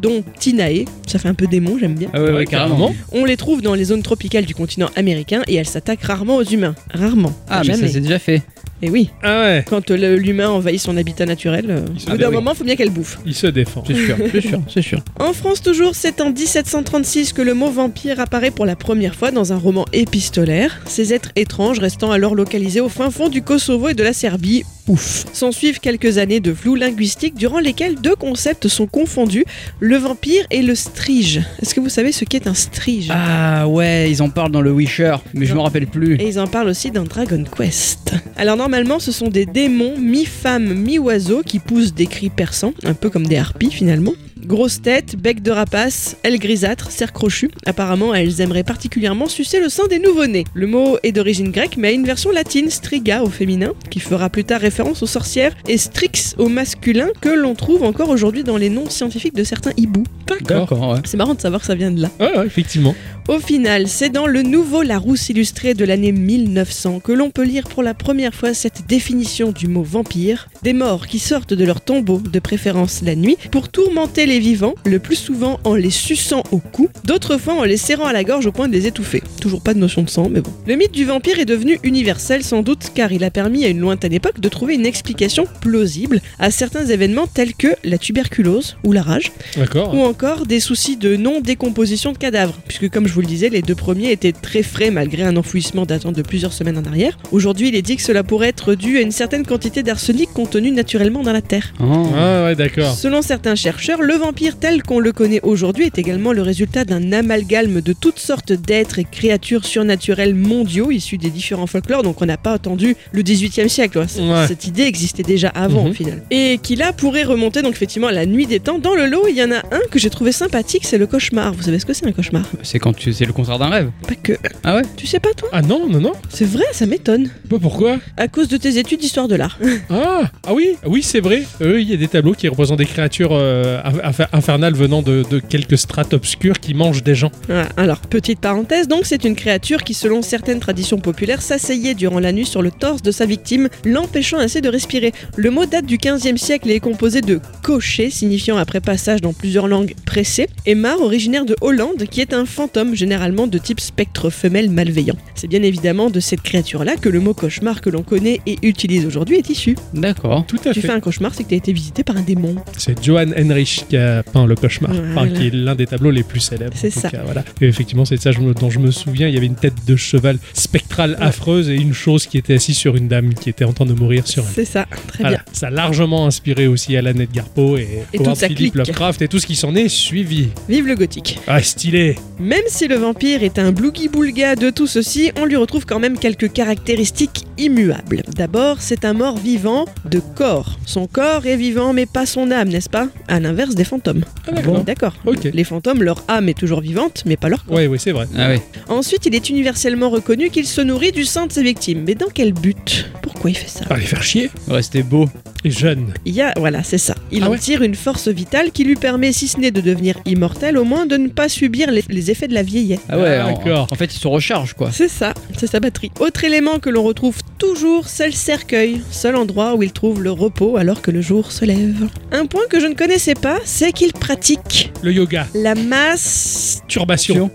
Desmodontinae. Ça fait un peu démon, j'aime bien.
ah ouais, ouais, carrément.
On les trouve dans les zones tropicales du continent américain et elles s'attaquent rarement aux humains. Rarement.
Ah, mais
jamais.
ça c'est déjà fait.
Et oui.
Ah ouais,
Quand euh, le- l'humain envahit son habitat naturel, euh,
se
au bout
bat,
d'un
oui.
moment, faut bien qu'elle bouffe.
il se défend.
C'est sûr, c'est sûr, c'est sûr.
En France toujours, c'est en 1736 que le mot vampire apparaît pour la première fois dans un roman épistolaire. Ces êtres étranges restant alors localisés au fin fond du Kosovo et de la Serbie. Ouf. S'en suivent quelques années de flou linguistique durant lesquelles deux concepts sont confondus, le vampire et le strige. Est-ce que vous savez ce qu'est un strige
Ah ouais, ils en parlent dans le Wisher, mais je me rappelle plus.
Et ils en parlent aussi dans Dragon Quest. Alors normalement, ce sont des démons mi-femmes, mi-oiseaux qui poussent des cris perçants, un peu comme des harpies finalement. Grosse tête, bec de rapace, ailes grisâtres, cerf crochu. Apparemment, elles aimeraient particulièrement sucer le sein des nouveau-nés. Le mot est d'origine grecque, mais a une version latine, striga au féminin, qui fera plus tard référence aux sorcières, et strix au masculin, que l'on trouve encore aujourd'hui dans les noms scientifiques de certains hiboux.
D'accord, ouais.
C'est marrant de savoir que ça vient de là.
Ouais, ouais, effectivement.
Au final, c'est dans le nouveau Larousse illustré de l'année 1900 que l'on peut lire pour la première fois cette définition du mot vampire, des morts qui sortent de leur tombeau, de préférence la nuit, pour tourmenter les vivants, le plus souvent en les suçant au cou, d'autres fois en les serrant à la gorge au point de les étouffer. Toujours pas de notion de sang, mais bon. Le mythe du vampire est devenu universel sans doute car il a permis à une lointaine époque de trouver une explication plausible à certains événements tels que la tuberculose ou la rage,
D'accord.
ou encore des soucis de non-décomposition de cadavres, puisque comme je vous le disais, les deux premiers étaient très frais malgré un enfouissement datant de plusieurs semaines en arrière. Aujourd'hui, il est dit que cela pourrait être dû à une certaine quantité d'arsenic contenue naturellement dans la terre.
Oh.
Ah ouais, d'accord.
Selon certains chercheurs, le vampire tel qu'on le connaît aujourd'hui est également le résultat d'un amalgame de toutes sortes d'êtres et créatures surnaturelles mondiaux issus des différents folklores, donc on n'a pas attendu le 18e siècle. hein. C-
Ouais.
Cette idée existait déjà avant
Mhm.
au final. Et qui là pourrait remonter donc effectivement à la nuit des temps. Dans le lot, il y en a un que j'ai trouvé sympathique, c'est le cauchemar. Vous savez ce que c'est un cauchemar
C'est quand tu... c'est le contraire d'un rêve.
Pas que.
Ah ouais
Tu sais pas toi
Ah non, non, non.
C'est vrai, ça m'étonne.
Bah, pourquoi
À cause de tes études d'histoire de l'art.
Ah, ah oui, oui, c'est vrai. Eux, il y a des tableaux qui représentent des créatures euh, inf- infernales venant de, de quelques strates obscures qui mangent des gens.
Voilà, alors, petite parenthèse, donc c'est une créature qui, selon certaines traditions populaires, s'asseyait durant la nuit sur le torse de sa victime, l'empêchant ainsi de respirer. Le mot date du 15e siècle et est composé de cocher, signifiant après passage dans plusieurs langues pressé, et mar, originaire de Hollande, qui est un fantôme généralement de type spectre femelle malveillant. C'est bien évidemment de cette créature-là que le mot cauchemar que l'on connaît et utilise aujourd'hui est issu.
D'accord.
Tout à
Tu
fait.
fais un cauchemar, c'est que t'as été visité par un démon.
C'est Johan Henrich qui a peint le cauchemar,
Voilà.
enfin, qui est l'un des tableaux les plus célèbres.
C'est
en tout
ça.
cas, voilà. Et effectivement, c'est de ça je me- dont je me souviens. Il y avait une tête de cheval spectrale affreuse et une chose qui était assise sur une dame qui était en train de mourir sur elle.
C'est ça, très
Voilà.
bien.
Ça a largement inspiré aussi Alan Edgar Poe et,
Et
Howard
toute sa
Philip
clique.
Lovecraft et tout ce qui s'en est suivi.
Vive le gothique.
Ah, stylé
Même si le vampire est un blougi-boulga de tout ceci, on lui retrouve quand même quelques caractéristiques immuables. D'abord, c'est un mort vivant de corps. Son corps est vivant, mais pas son âme, n'est-ce pas À l'inverse des fantômes.
Ah, d'accord.
D'accord.
Ok.
Les fantômes, leur âme est toujours vivante, mais pas leur corps.
Ouais, ouais, c'est vrai.
Ah ouais.
Ensuite, il est universellement reconnu qu'il se nourrit du sang de ses victimes. Mais dans quel but Pourquoi il fait ça
Ah, les faire chier.
Ouais, c'était beau.
Et jeune.
Il y a, voilà, c'est ça. Il
Ah
en
ouais
tire une force vitale qui lui permet, si ce n'est de devenir immortel, au moins de ne pas subir les- les effets de la vieillesse.
Ah ouais,
Ah,
en-
d'accord.
En fait, ils se rechargent quoi.
C'est ça, c'est sa batterie. Autre élément que l'on retrouve toujours, c'est le cercueil, seul endroit où il trouve le repos alors que le jour se lève. Un point que je ne connaissais pas, c'est qu'il pratique
Le yoga.
la masse...
Turbation.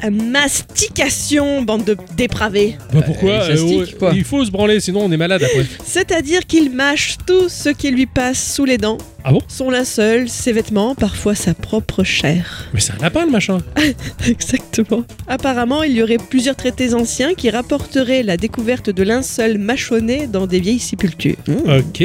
la mastication, bande de dépravés.
Bah pourquoi
Euh, ça se tique,
ouais,
quoi.
Il faut se branler, sinon on est malade après.
C'est-à-dire qu'il mâche tout ce qui lui passe sous les dents
Ah bon
Son linceul, ses vêtements, parfois sa propre chair.
Mais c'est un lapin le machin.
Exactement. Apparemment, il y aurait plusieurs traités anciens qui rapporteraient la découverte de linceuls mâchonnés dans des vieilles sépultures.
Ok.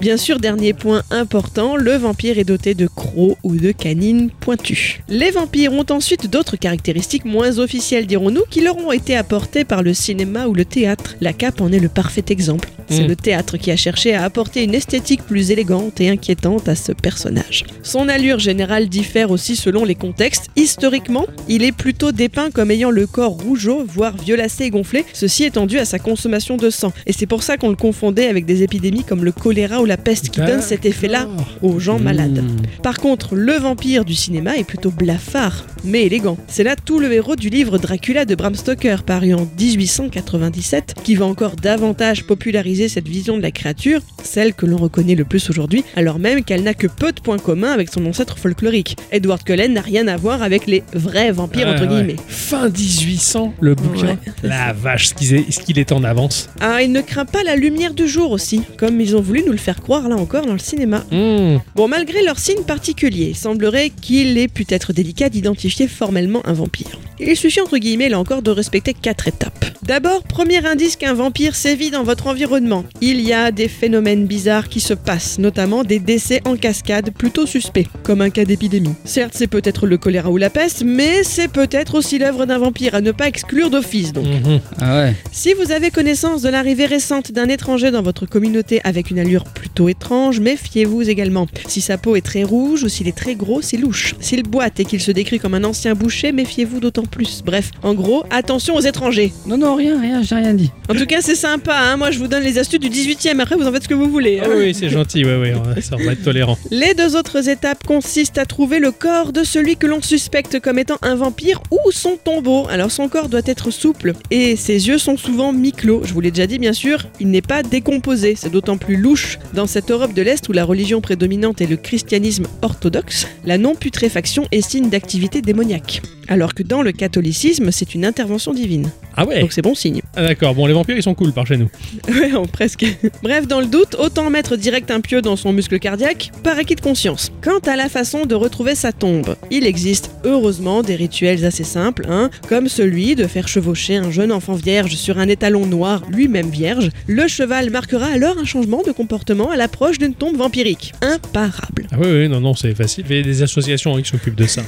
Bien sûr, dernier point important, le vampire est doté de crocs ou de canines pointues. Les vampires ont ensuite d'autres caractéristiques moins officielles, dirons-nous, qui leur ont été apportées par le cinéma ou le théâtre. La cape en est le parfait exemple. C'est
Mm.
le théâtre qui a cherché à apporter une esthétique plus élégante et inquiétante à ce personnage. Son allure générale diffère aussi selon les contextes. Historiquement, il est plutôt dépeint comme ayant le corps rougeau, voire violacé et gonflé, ceci étant dû à sa consommation de sang. Et c'est pour ça qu'on le confondait avec des épidémies comme le choléra ou la peste
Ah.
qui donne cet effet-là aux gens malades.
Hmm.
Par contre, le vampire du cinéma est plutôt blafard, mais élégant. C'est là tout le héros du livre Dracula de Bram Stoker, paru en 1897, qui va encore davantage populariser cette vision de la créature, celle que l'on reconnaît le plus aujourd'hui, alors même qu'elle n'a que peu de points communs avec son ancêtre folklorique. Edward Cullen n'a rien à voir avec les vrais vampires,
Ouais,
entre
ouais.
guillemets.
Fin 1800, le bouquin.
Ouais.
La vache, ce qu'il est, ce qu'il est en avance.
Ah, il ne craint pas la lumière du jour aussi, comme ils ont voulu nous le faire croire là encore dans le cinéma.
Hmm.
Bon, malgré leur signe particulier, il semblerait qu'il ait pu être délicat d'identifier formellement un vampire. Il suffit entre guillemets là encore de respecter quatre étapes. D'abord, premier indice qu'un vampire sévit dans votre environnement. Il y a des phénomènes bizarres qui se passent, notamment des décès en cascade plutôt suspects, comme un cas d'épidémie. Certes, c'est peut-être le choléra ou la peste, mais c'est peut-être aussi l'œuvre d'un vampire à ne pas exclure d'office donc.
Mhm.
Ah ouais.
Si vous avez connaissance de l'arrivée récente d'un étranger dans votre communauté avec une allure plutôt étrange, méfiez-vous également. Si sa peau est très rouge ou s'il est très gros, c'est louche. S'il boite et qu'il se décrit comme un ancien boucher, méfiez-vous d'autant plus. Bref, en gros, attention aux étrangers.
Non, non, rien, rien, j'ai rien dit.
En tout cas, c'est sympa, hein moi je vous donne les astuces du 18e, après vous en faites ce que vous voulez. hein.
Ah oui, c'est gentil, ouais, ouais, on- ça on va être tolérant.
Les deux autres étapes consistent à trouver le corps de celui que l'on suspecte comme étant un vampire ou son tombeau. Alors son corps doit être souple et ses yeux sont souvent mi-clos. Je vous l'ai déjà dit bien sûr, il n'est pas décomposé. C'est d'autant plus louche dans cette Europe de l'Est où la religion prédominante est le christianisme orthodoxe. La non-putréfaction est signe d'activité démoniaque. Alors que dans le catholicisme, c'est une intervention divine.
Ah ouais,
Donc c'est bon signe.
Ah d'accord, bon, les vampires ils sont cool par chez nous.
Ouais, en presque. Bref, dans le doute, autant mettre direct un pieu dans son muscle cardiaque par acquis de conscience. Quant à la façon de retrouver sa tombe, il existe heureusement des rituels assez simples, hein, comme celui de faire chevaucher un jeune enfant vierge sur un étalon noir, lui-même vierge. Le cheval marquera alors un changement de comportement à l'approche d'une tombe vampirique. Imparable.
Ah oui, oui, non, non, c'est facile. Il y a des associations hein, qui s'occupent de ça.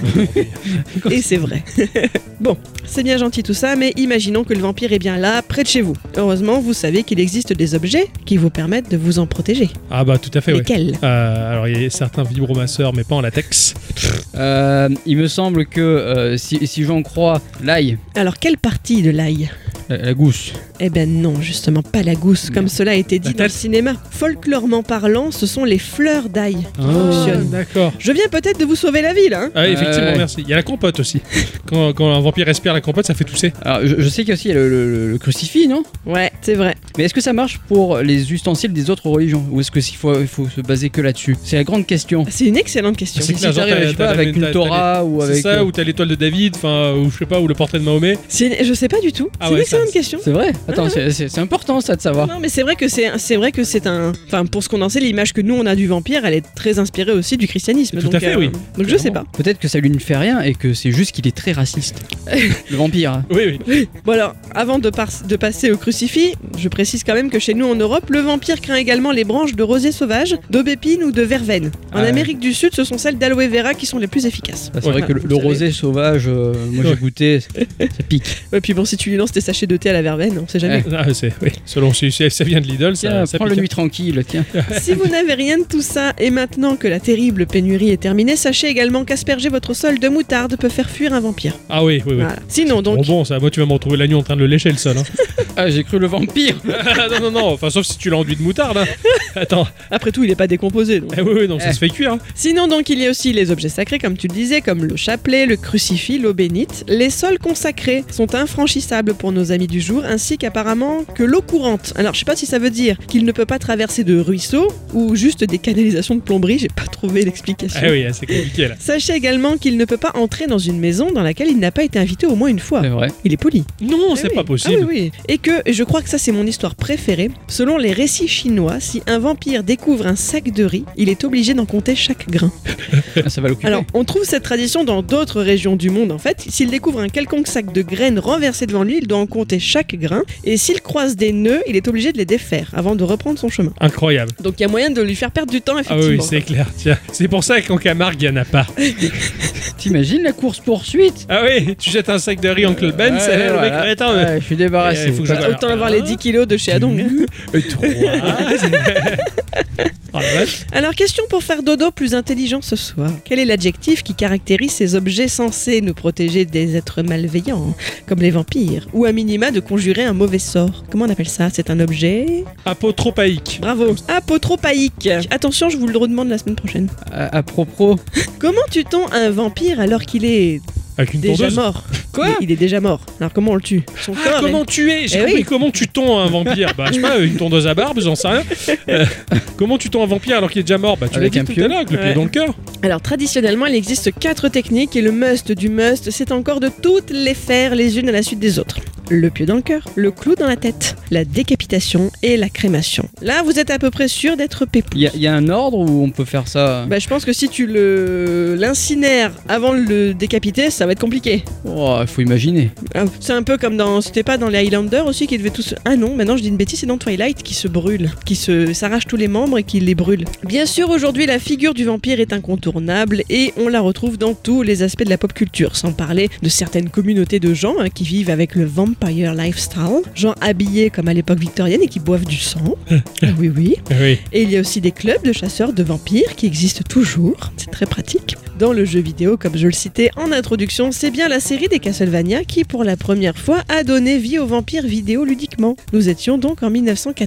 Et c'est vrai. bon, c'est bien gentil tout ça, mais imaginons que le vampire est bien là, près de chez vous. Heureusement, vous savez qu'il existe des objets qui vous permettent de vous en protéger.
ah bah tout à fait, oui.
Lesquels
Euh, alors il y a certains vibromasseurs, mais pas en latex.
Euh, il me semble que euh, si, si j'en crois l'ail,
Alors, quelle partie de l'ail
la, la gousse,
Eh ben non, justement pas la gousse, comme cela a été dit
La
dans le
tête.
cinéma. Folklorement parlant, ce sont les fleurs d'ail. fonctionne.
Ah, d'accord.
Je viens peut-être de vous sauver la vie, là hein
Ah, effectivement,
Ouais.
merci. Il y a la compote aussi. Quand, quand un vampire respire la compote, ça fait tousser.
Alors, je, je sais qu'il y a aussi le, le- le crucifix, non
Ouais, c'est vrai.
Mais est-ce que ça marche pour les ustensiles des autres religions Ou est-ce que s'il faut, il faut se baser que là-dessus C'est la grande question.
C'est une excellente question.
C'est
Si
clair, genre,
t'arrives,
t'as-
je sais pas,
t'as la-
avec
t'as-
une
t'as
Torah ou
C'est
avec...
ça,
euh,
ou t'as l'étoile de David, enfin, ou je sais pas, ou le portrait de Mahomet.
C'est une- Je sais pas du tout.
Ah
c'est une
ouais, ça-
excellente question.
C'est vrai Attends, c'est- c'est c'est important ça de savoir.
Non, mais c'est vrai que c'est c'est vrai que c'est un. Enfin, pour ce qu'on en sait, l'image que nous on a du vampire, elle est très inspirée aussi du christianisme.
Tout à
donc, euh,
fait, oui.
Donc je sais pas.
Peut-être que ça lui ne fait rien et que c'est juste qu'il est très raciste. le vampire. hein.
Oui, oui.
Bon alors, avant de, par- de passer au crucifix, je précise quand même que chez nous en Europe, le vampire craint également les branches de rosier sauvage, d'aubépine ou de verveine. En
Ah ouais.
Amérique du Sud, ce sont celles d'aloe vera qui sont les plus efficaces.
Bah, C'est
Ouais.
vrai que le,
Vous
le
savez.
rosé sauvage, euh, moi
Ouais.
j'ai goûté, ça pique.
Ouais, puis bon, si tu lui lances tes sachets de thé à la verveine, on sait jamais.
Ah, c'est- oui. Selon si, si ça vient de l'idole, ça,
Tiens,
ça
prends le
pique.
nuit tranquille, tiens.
si vous n'avez rien de tout ça, et maintenant que la terrible pénurie est terminée, sachez également qu'asperger votre sol de moutarde peut faire fuir un vampire.
Ah oui, oui, oui.
Voilà. Sinon, donc,
Bon, bon, ça, moi tu vas me retrouver l'agneau en train de le lécher le sol. hein.
Ah, j'ai cru le vampire
Ah, non, non, non, enfin, sauf si tu l'as enduit de moutarde. hein. Attends,
après tout, il n'est pas décomposé. donc.
eh, oui, oui, non, ça
Eh.
se fait cuire. hein.
Sinon, donc, il y a aussi les objets sacrés, comme tu le disais, comme le chapelet, le crucifix, l'eau bénite. Les sols consacrés sont infranchissables pour nos amis du jour, ainsi qu'apparemment que l'eau courante. Alors, je sais pas si ça veut dire qu'il ne peut pas traverser de ruisseaux ou juste des canalisations de plomberie, j'ai pas trouvé l'explication.
Ah oui, c'est compliqué là.
Sachez également qu'il ne peut pas entrer dans une maison dans laquelle il n'a pas été invité au moins une fois.
C'est vrai.
Il est poli.
Eh. Non,
Eh
c'est
oui.
pas
Ah
possible.
oui, oui. Et que, et je crois que ça c'est mon histoire préférée, selon les récits chinois, si un vampire découvre un sac de riz, il est obligé d'en compter chaque grain.
Ah, ça va l'occuper.
Alors, on trouve cette tradition dans d'autres régions du monde en fait. S'il découvre un quelconque sac de graines renversé devant lui, il doit en compter chaque grain, et s'il croise des nœuds, il est obligé de les défaire avant de reprendre son chemin.
Incroyable.
Donc il y a moyen de lui faire perdre du temps
Ah
effectivement.
oui, c'est clair. Tiens, c'est pour ça qu'en Camargue, il n'y en a pas.
T'imagines la course poursuite
Ah oui, tu jettes un sac de riz, Uncle Ben, ça le mec, attends, mais-
Ah, je suis débarrassé. Bah, euh,
Eh, faut que je-
Autant avoir les 10 kilos de chez Adong. hein.
Et trois. Ah, la vache.
Alors, question pour faire dodo plus intelligent ce soir. Quel est l'adjectif qui caractérise ces objets censés nous protéger des êtres malveillants, comme les vampires, ou à minima de conjurer un mauvais sort Comment on appelle ça C'est un objet
Apotropaïque.
Bravo Apotropaïque Attention, je vous le redemande la semaine prochaine.
À, à propos,
Comment tue-t-on un vampire alors qu'il est
Avec une
déjà
tondeuse.
mort Mais Il est déjà mort. Alors, comment on le tue Son
Ah,
corps est-
comment tuer J'ai
Eh
compris
oui.
comment tu tons un vampire. Bah, je sais pas, une tondeuse à barbe, j'en sais rien. Euh, comment tu tons un vampire alors qu'il est déjà mort Bah, tu l'as
Avec
dit
un
tout
pieu.
à l'heure, avec le pied
Ouais.
dans le cœur.
Alors traditionnellement, il existe quatre techniques et le must du must, c'est encore de toutes les faire les unes à la suite des autres. Le pieu dans le cœur, le clou dans la tête, la décapitation et la crémation. Là, vous êtes à peu près sûr d'être pépou.
il y, a- y a un ordre où on peut faire ça
Bah, je pense que si tu le l'incinères avant de le décapiter, ça va être compliqué.
Oh, faut imaginer.
Ah, C'est un peu comme dans c'était pas dans les Highlanders aussi qui devaient tous Ah non, maintenant je dis une bêtise, c'est dans Twilight qui se brûle, qui se s'arrache tous les membres et qui les brûle. Bien sûr, aujourd'hui la figure du vampire est incontournable et on la retrouve dans tous les aspects de la pop culture, sans parler de certaines communautés de gens hein, qui vivent avec le vampire lifestyle, gens habillés comme à l'époque victorienne et qui boivent du sang. Ah oui oui.
Oui.
Et il y a aussi des clubs de chasseurs de vampires qui existent toujours, c'est très pratique. Dans le jeu vidéo, comme je le citais en introduction, c'est bien la série des Castlevania qui, pour la première fois, a donné vie aux vampires vidéo ludiquement. Nous étions donc en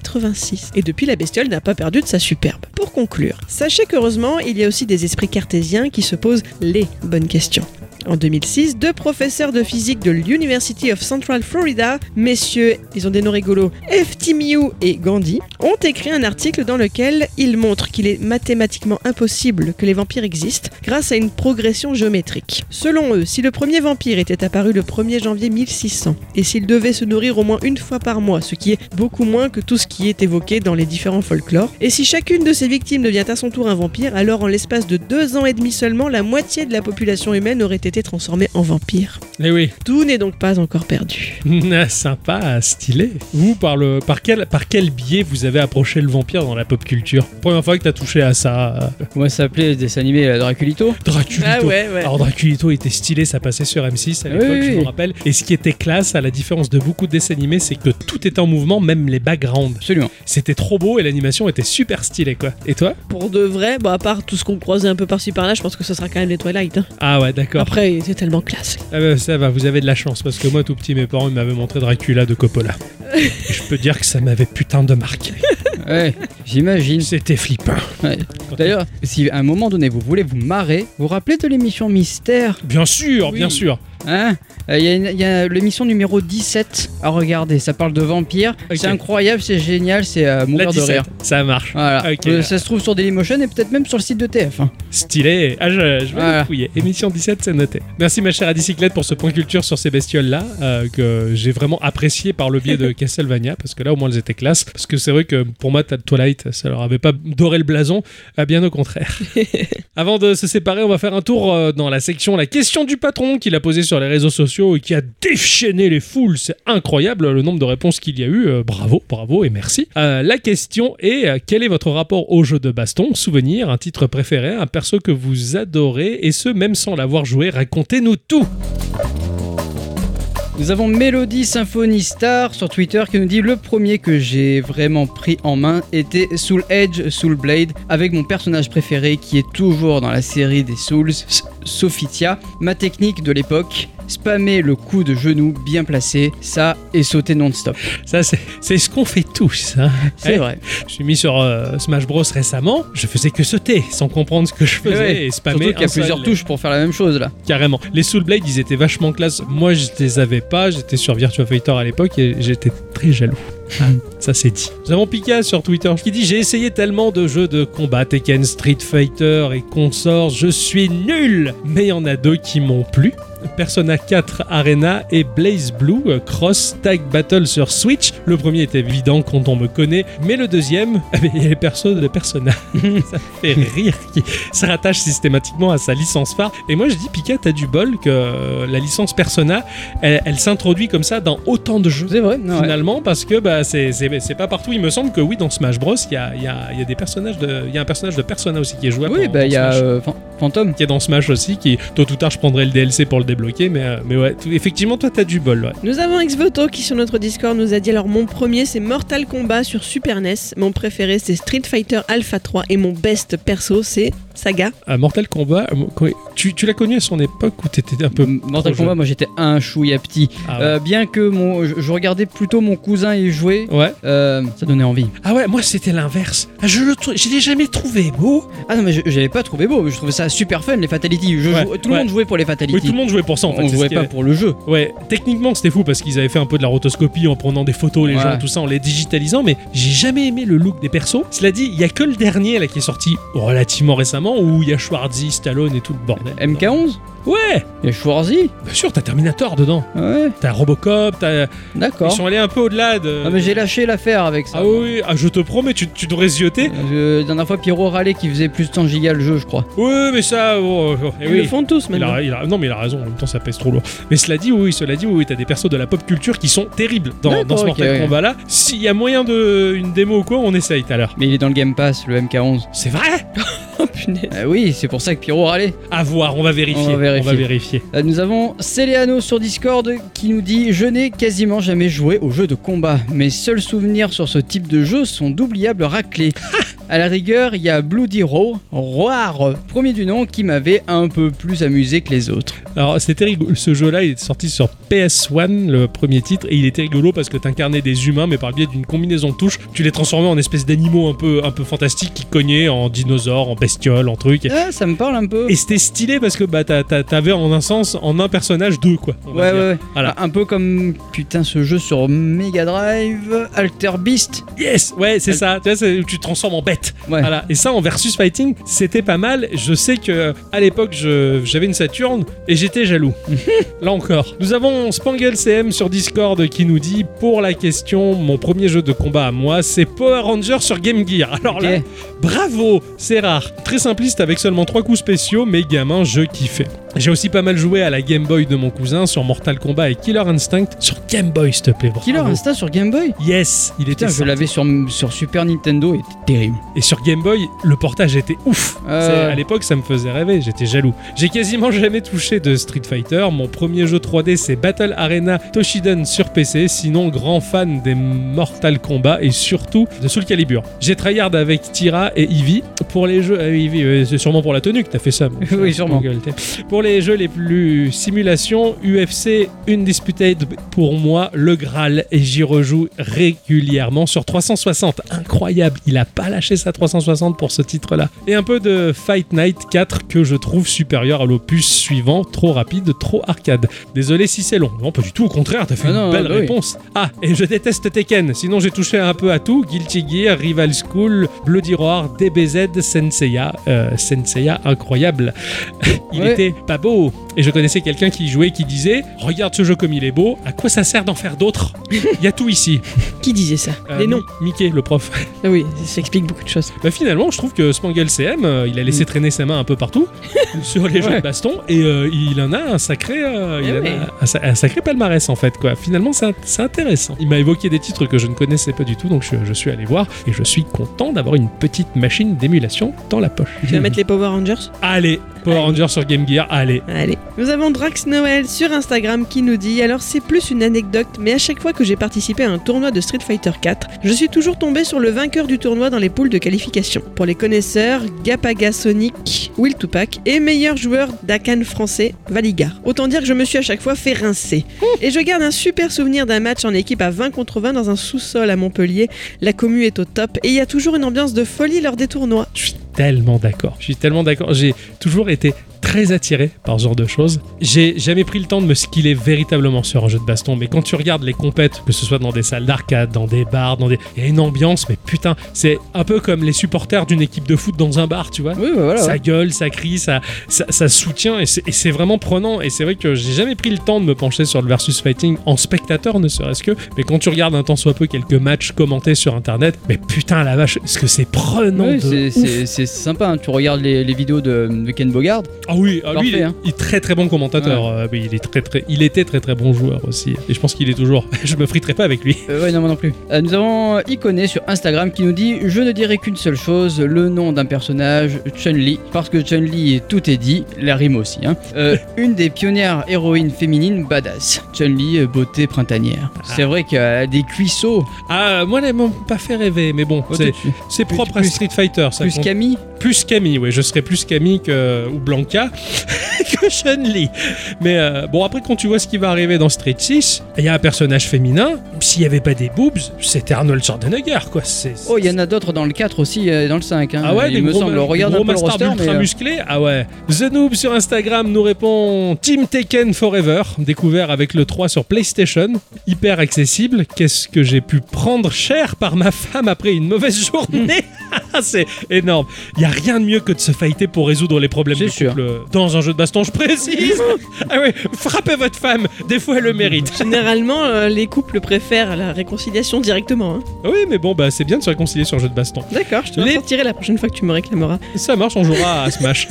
1986, et depuis la bestiole n'a pas perdu de sa superbe. Pour conclure, sachez qu'heureusement, il y a aussi des esprits cartésiens qui se posent les bonnes questions. En 2006, deux professeurs de physique de l'University of Central Florida, messieurs, ils ont des noms rigolos, Eftimiou et Gandhi, ont écrit un article dans lequel ils montrent qu'il est mathématiquement impossible que les vampires existent grâce à une progression géométrique. Selon eux, si le premier vampire était apparu le 1er janvier 1600 et s'il devait se nourrir au moins une fois par mois, ce qui est beaucoup moins que tout ce qui est évoqué dans les différents folklores, et si chacune de ces victimes devient à son tour un vampire, alors en l'espace de deux ans et demi seulement, la moitié de la population humaine aurait été transformée en vampire.
Eh oui.
Tout n'est donc pas encore perdu.
Ah, Sympa, stylé. Vous, par, le, par, quel, par quel biais vous avez approché le vampire dans la pop culture Première fois que t'as touché à ça, euh,
Comment ça s'appelait ce dessin animé là, Draculito
Draculito.
Ah ouais.
Alors Draculito était stylé, ça passait sur M6 à l'époque,
Oui,
je
oui.
me rappelle. Et ce qui était classe, à la différence de beaucoup de dessins animés, c'est que tout était en mouvement, même les backgrounds.
Absolument.
C'était trop beau et l'animation était super stylée, quoi. Et toi
Pour de vrai, bon, à part tout ce qu'on croisait un peu par-ci par-là, je pense que ce sera quand même les Twilight. hein.
Ah ouais, d'accord.
Après, il était tellement classe.
Ah bah, ça va, vous avez de la chance, parce que moi, tout petit, mes parents ils m'avaient montré Dracula de Coppola. Et je peux dire que ça m'avait putain de marqué.
Ouais, j'imagine.
C'était flippant.
Ouais.
Quand
D'ailleurs, si à un moment donné vous voulez vous marrer, vous vous rappelez de l'émission Mystère
Bien sûr,
Oui.
bien sûr.
Hein Euh, Il y a une- il y a, l'émission numéro 17 à regarder. Ça parle de vampires.
Ok.
C'est incroyable, c'est génial, c'est à
La
mourir de
17,
rire.
Ça marche.
Voilà.
Ok.
Euh, ça se trouve sur Dailymotion et peut-être même sur le site de hein. TF1.
Stylé. Ah, je, je vais
Voilà.
le fouiller. Émission 17, c'est noté. Merci, ma chère Adicyclette, pour ce point culture sur ces bestioles-là, euh, que j'ai vraiment apprécié par le biais de Castlevania, parce que là, au moins, elles étaient classes. Parce que c'est vrai que pour moi, Tad Twilight, ça leur avait pas doré le blason, Ah, bien au contraire. Avant de se séparer, on va faire un tour euh, dans la section La question du patron qu'il a posée sur les réseaux sociaux et qui a déchaîné les foules. C'est incroyable le nombre de réponses qu'il y a eu. Euh, bravo, bravo et merci. Euh, la question est euh, quel est votre rapport au jeu de baston Souvenir, un titre préféré, un perso que vous adorez et ce, même sans l'avoir joué, racontez-nous tout.
Nous avons Mélodie Symphonie Star sur Twitter qui nous dit le premier que j'ai vraiment pris en main était Soul Edge, Soul Blade, avec mon personnage préféré qui est toujours dans la série des Souls, S- Sophitia. Ma technique de l'époque, spammer le coup de genou bien placé, ça et sauter non-stop.
Ça, c'est c'est ce qu'on fait tous. hein.
C'est
Eh,
vrai.
Je suis mis sur euh, Smash Bros récemment, je faisais que sauter sans comprendre ce que je faisais
Ouais,
et spammer.
Surtout qu'il y a
un seul-
plusieurs touches pour faire la même chose là.
Carrément. Les Soul Blade, ils étaient vachement classe. Moi, je les avais pas. J'étais sur Virtua Fighter à l'époque et j'étais très jaloux. Ah, Ça c'est dit. Nous avons Pika sur Twitter qui dit J'ai essayé tellement de jeux de combat, Tekken, Street Fighter et consorts, je suis nul Mais il y en a deux qui m'ont plu. Persona 4 Arena et Blaze Blue euh, Cross Tag Battle sur Switch. Le premier est évident quand on me connaît, mais le deuxième, eh ben, il y a les persos de Persona. ça fait rire qui se rattache systématiquement à sa licence phare. Et moi je dis, Pika, t'as du bol que euh, la licence Persona, elle, elle s'introduit comme ça dans autant de jeux
C'est vrai, non, ouais.
finalement parce que bah, c'est, c'est, c'est pas partout. Il me semble que oui, dans Smash Bros, il y a, il y a- il y a des personnages de, il y a un personnage de Persona aussi qui est jouable.
Oui,
dans-
bah
dans
il y a
Smash.
euh, Fan- Phantom.
qui est dans Smash aussi, qui tôt ou tard je prendrai le DLC pour le débloquer, mais, euh, mais ouais, tout- effectivement toi t'as du bol. Ouais.
Nous avons Xvoto qui sur notre Discord nous a dit alors mon premier c'est Mortal Kombat sur Super NES, mon préféré c'est Street Fighter Alpha 3 et mon best perso c'est Saga.
Euh, Mortal Kombat, euh, quand- tu, tu l'as connu à son époque où t'étais un peu
Mortal
trop
Kombat, moi j'étais un chouïa petit.
Ah ouais.
Euh, bien que mon, je, je regardais plutôt mon cousin y jouer,
Ouais.
euh, ça donnait envie.
Ah ouais, moi c'était l'inverse. Ah, je le trou- je l'ai jamais trouvé beau.
Ah non, mais je, je l'avais pas trouvé beau, je trouvais ça super fun les Fatalities. Je
Ouais,
jouais- tout
ouais.
le monde jouait pour les Fatalities.
Oui, tout le monde jouait pour ça en fait.
On
c'est ce
jouait
qui
pas
est-
pour le jeu.
Ouais, techniquement c'était fou parce qu'ils avaient fait un peu de la rotoscopie en prenant des photos les
Ouais.
gens tout ça en les digitalisant mais j'ai jamais aimé le look des persos. Cela dit, il y a que le dernier là qui est sorti relativement récemment où il y a Schwarzy, Stallone et tout le bordel.
MK11
Ouais,
Il y a Schwarzy Ah
bien sûr, t'as Terminator dedans,
Ouais,
t'as Robocop, t'as ils
d'accord.
sont allés un peu au-delà de
Ah, mais j'ai lâché l'affaire avec ça.
Ah oui, oui, ah, je te promets, tu, tu devrais zioter.
Euh, La dernière fois, Pierrot râlait qui faisait plus de 100 gigas le jeu, je crois.
Oui, mais ça. bon, euh, eh
Ils
oui.
le font tous
Il
maintenant.
a, il a- non mais il a raison, en même temps ça pèse trop lourd. Mais cela dit, oui, cela dit, oui, t'as des persos de la pop culture qui sont terribles dans,
D'accord,
dans ce
ok,
Mortal
ouais.
Kombat là. S'il y a moyen de une démo ou quoi, on essaye tout à l'heure.
Mais il est dans le Game Pass, le MK11.
C'est vrai
Oh, punaise.
Ah oui, c'est pour ça que Pierrot râlait.
À voir, on va vérifier.
On va vérifier.
vérifier.
Euh, Nous avons Céléano sur Discord qui nous dit Je n'ai quasiment jamais joué aux jeux de combat. Mes seuls souvenirs sur ce type de jeu sont d'oubliables raclées. à la rigueur, il y a Bloody Roar, Roar, premier du nom, qui m'avait un peu plus amusé que les autres.
Alors c'était rigolo, ce jeu-là il est sorti sur PS1, le premier titre, et il était rigolo parce que t'incarnais des humains, mais par le biais d'une combinaison de touches, tu les transformais en espèces d'animaux un peu, un peu fantastiques qui cognaient en dinosaures, en bestioles, en trucs.
Ah, ça me parle un peu.
Et c'était stylé parce que bah t'as- t'as- t'avais en un sens, en un personnage, deux quoi. on va
Ouais, ouais,
dire.
ouais.
Voilà.
Un peu comme putain ce jeu sur Mega Drive, Alter Beast.
Yes, ouais, c'est
Elle-
ça. Tu vois, c'est- tu te transformes en bête.
Ouais.
Voilà. Et ça, en versus fighting, c'était pas mal. Je sais que à l'époque, je- j'avais une Saturne et j'étais jaloux. Là encore. Nous avons Spangle CM sur Discord qui nous dit pour la question, mon premier jeu de combat à moi, c'est Power Ranger sur Game Gear. Alors
Ok.
là, Bravo, c'est rare. Très simpliste avec seulement trois coups spéciaux, mais gamin, je kiffais. J'ai aussi pas mal joué à la Game Boy de mon cousin sur Mortal Kombat et Killer Instinct sur Game Boy, s'il te plaît. bravo.
Killer Instinct sur Game Boy
Yes, il était
Putain, je
sorti.
l'avais sur, sur Super Nintendo, il était terrible.
Et sur Game Boy, le portage était ouf.
Euh.
C'est- À l'époque, ça me faisait rêver, j'étais jaloux. J'ai quasiment jamais touché de Street Fighter. Mon premier jeu 3D, c'est Battle Arena Toshiden sur PC. Sinon, grand fan des Mortal Kombat et surtout de Soul Calibur. J'ai tryhard avec Tira et Ivy. Pour les jeux. ah oui, Ivy, euh, c'est sûrement pour la tenue que t'as fait ça. mon cher
Oui,
euh,
sûrement.
Google, t'es- Pour les jeux les plus simulations, UFC Undisputed, pour moi, le Graal. Et j'y rejoue régulièrement sur 360. Incroyable, il a pas lâché sa 360 pour ce titre-là. Et un peu de Fight Night 4 que je trouve supérieur à l'opus suivant. Trop rapide, trop arcade. Désolé si c'est long. Non, pas du tout, au contraire, t'as fait
Ah
une
non,
belle
bah oui.
réponse. Ah, et je déteste Tekken. Sinon, j'ai touché un peu à tout. Guilty Gear, Rival School, Bloody Roar, DBZ, Senseiya. Euh, Senseiya, incroyable. il
Ouais.
était pas beau. Et je connaissais quelqu'un qui y jouait qui disait Regarde ce jeu comme il est beau, à quoi ça sert d'en faire d'autres Il y a tout ici.
Qui disait ça
Euh,
Les noms.
Mi- Mickey, le prof.
Ah oui, ça explique beaucoup de choses.
Bah, finalement, je trouve que Spangle CM, euh, il a
Mm.
laissé traîner sa main un peu partout sur les jeux
Ouais.
de baston et euh, il en a un sacré, euh, il
Eh
en a
oui.
un, sa- un sacré palmarès en fait quoi. Finalement, c'est int- c'est intéressant. Il m'a évoqué des titres que je ne connaissais pas du tout, donc je, je suis allé voir et je suis content d'avoir une petite machine d'émulation dans la poche.
Tu vas mettre les Power Rangers
Allez, Power Rangers sur Game Gear, allez.
Allez. Nous avons Drax Noël sur Instagram qui nous dit Alors c'est plus une anecdote, mais à chaque fois que j'ai participé à un tournoi de Street Fighter 4, je suis toujours tombé sur le vainqueur du tournoi dans les poules de qualification. Pour les connaisseurs, Gapaga Sonic, Will Tupac et meilleur joueur d'Akan français, Valigar. Autant dire que je me suis à chaque fois fait rincer. Et je garde un super souvenir d'un match en équipe à 20 contre 20 dans un sous-sol à Montpellier. La commu est au top et il y a toujours une ambiance de folie lors des tournois.
Je suis tellement d'accord. Je suis tellement d'accord. J'ai toujours été très attiré par ce genre de choses. J'ai jamais pris le temps de me skiller véritablement sur un jeu de baston, mais quand tu regardes les compètes, que ce soit dans des salles d'arcade, dans des bars, dans des... il y a une ambiance, mais putain, c'est un peu comme les supporters d'une équipe de foot dans un bar, tu vois.
Oui, bah voilà.
Ça
ouais.
gueule, ça crie, ça, ça, ça soutient et c'est et c'est vraiment prenant. Et c'est vrai que j'ai jamais pris le temps de me pencher sur le versus fighting en spectateur, ne serait-ce que. Mais quand tu regardes un temps soit peu quelques matchs commentés sur internet, mais putain la vache, est-ce que c'est prenant
Ouais,
de
c'est-
ouf.
c'est c'est sympa. hein. Tu regardes les, les vidéos de, de Ken Bogard.
Ah oui, ah, lui,
Parfait,
il est,
hein.
il est très très bon commentateur. Euh, mais il est très très, il était très très bon joueur aussi. Et je pense qu'il est toujours. je me friterai pas avec lui.
Euh, ouais, non, moi non plus. Euh, nous avons Iconé sur Instagram qui nous dit Je ne dirai qu'une seule chose, le nom d'un personnage, Chun-Li. Parce que Chun-Li, tout est dit, la rime aussi. Hein. Euh, une des pionnières héroïnes féminines badass. Chun-Li, euh, beauté printanière. C'est vrai qu'elle a des cuisseaux.
Ah, moi, elle m'a pas fait rêver, mais bon,
Oh,
c'est-
t'es-
c'est
plus-
propre à
plus-
Street Fighter. Ça
plus
compte.
Camille.
plus Camille, oui, je serais plus Camille que, ou Blanca que Chun-Li. Mais euh, bon, après, quand tu vois ce qui va arriver dans Street 6, il y a un personnage féminin, s'il n'y avait pas des boobs, c'était Arnold Schwarzenegger, quoi. C'est,
Oh, il y en a d'autres dans le 4 aussi, euh, dans le 5. Hein.
ah ouais,
il
des
me
gros,
semble.
ma-
Regarde
gros
un peu le
masters
roster, mais.
d'ultra
euh,
musclés. Ah ouais. The Noob sur Instagram nous répond Team Tekken Forever, découvert avec le 3 sur PlayStation. Hyper accessible. Qu'est-ce que j'ai pu prendre cher par ma femme après une mauvaise journée C'est énorme. Il y a rien de mieux que de se fighter pour résoudre les problèmes
C'est
du
sûr.
couple euh, dans un jeu de baston, je précise. ah ouais, frappez votre femme. Des fois, elle le mérite.
Généralement, euh, les couples préfèrent la réconciliation directement. hein.
oui, mais bon, bah c'est bien de se réconcilier sur un jeu de baston.
D'accord, je te
Les-
les... sortirai la prochaine fois que tu me réclameras.
Ça marche, on jouera à Smash.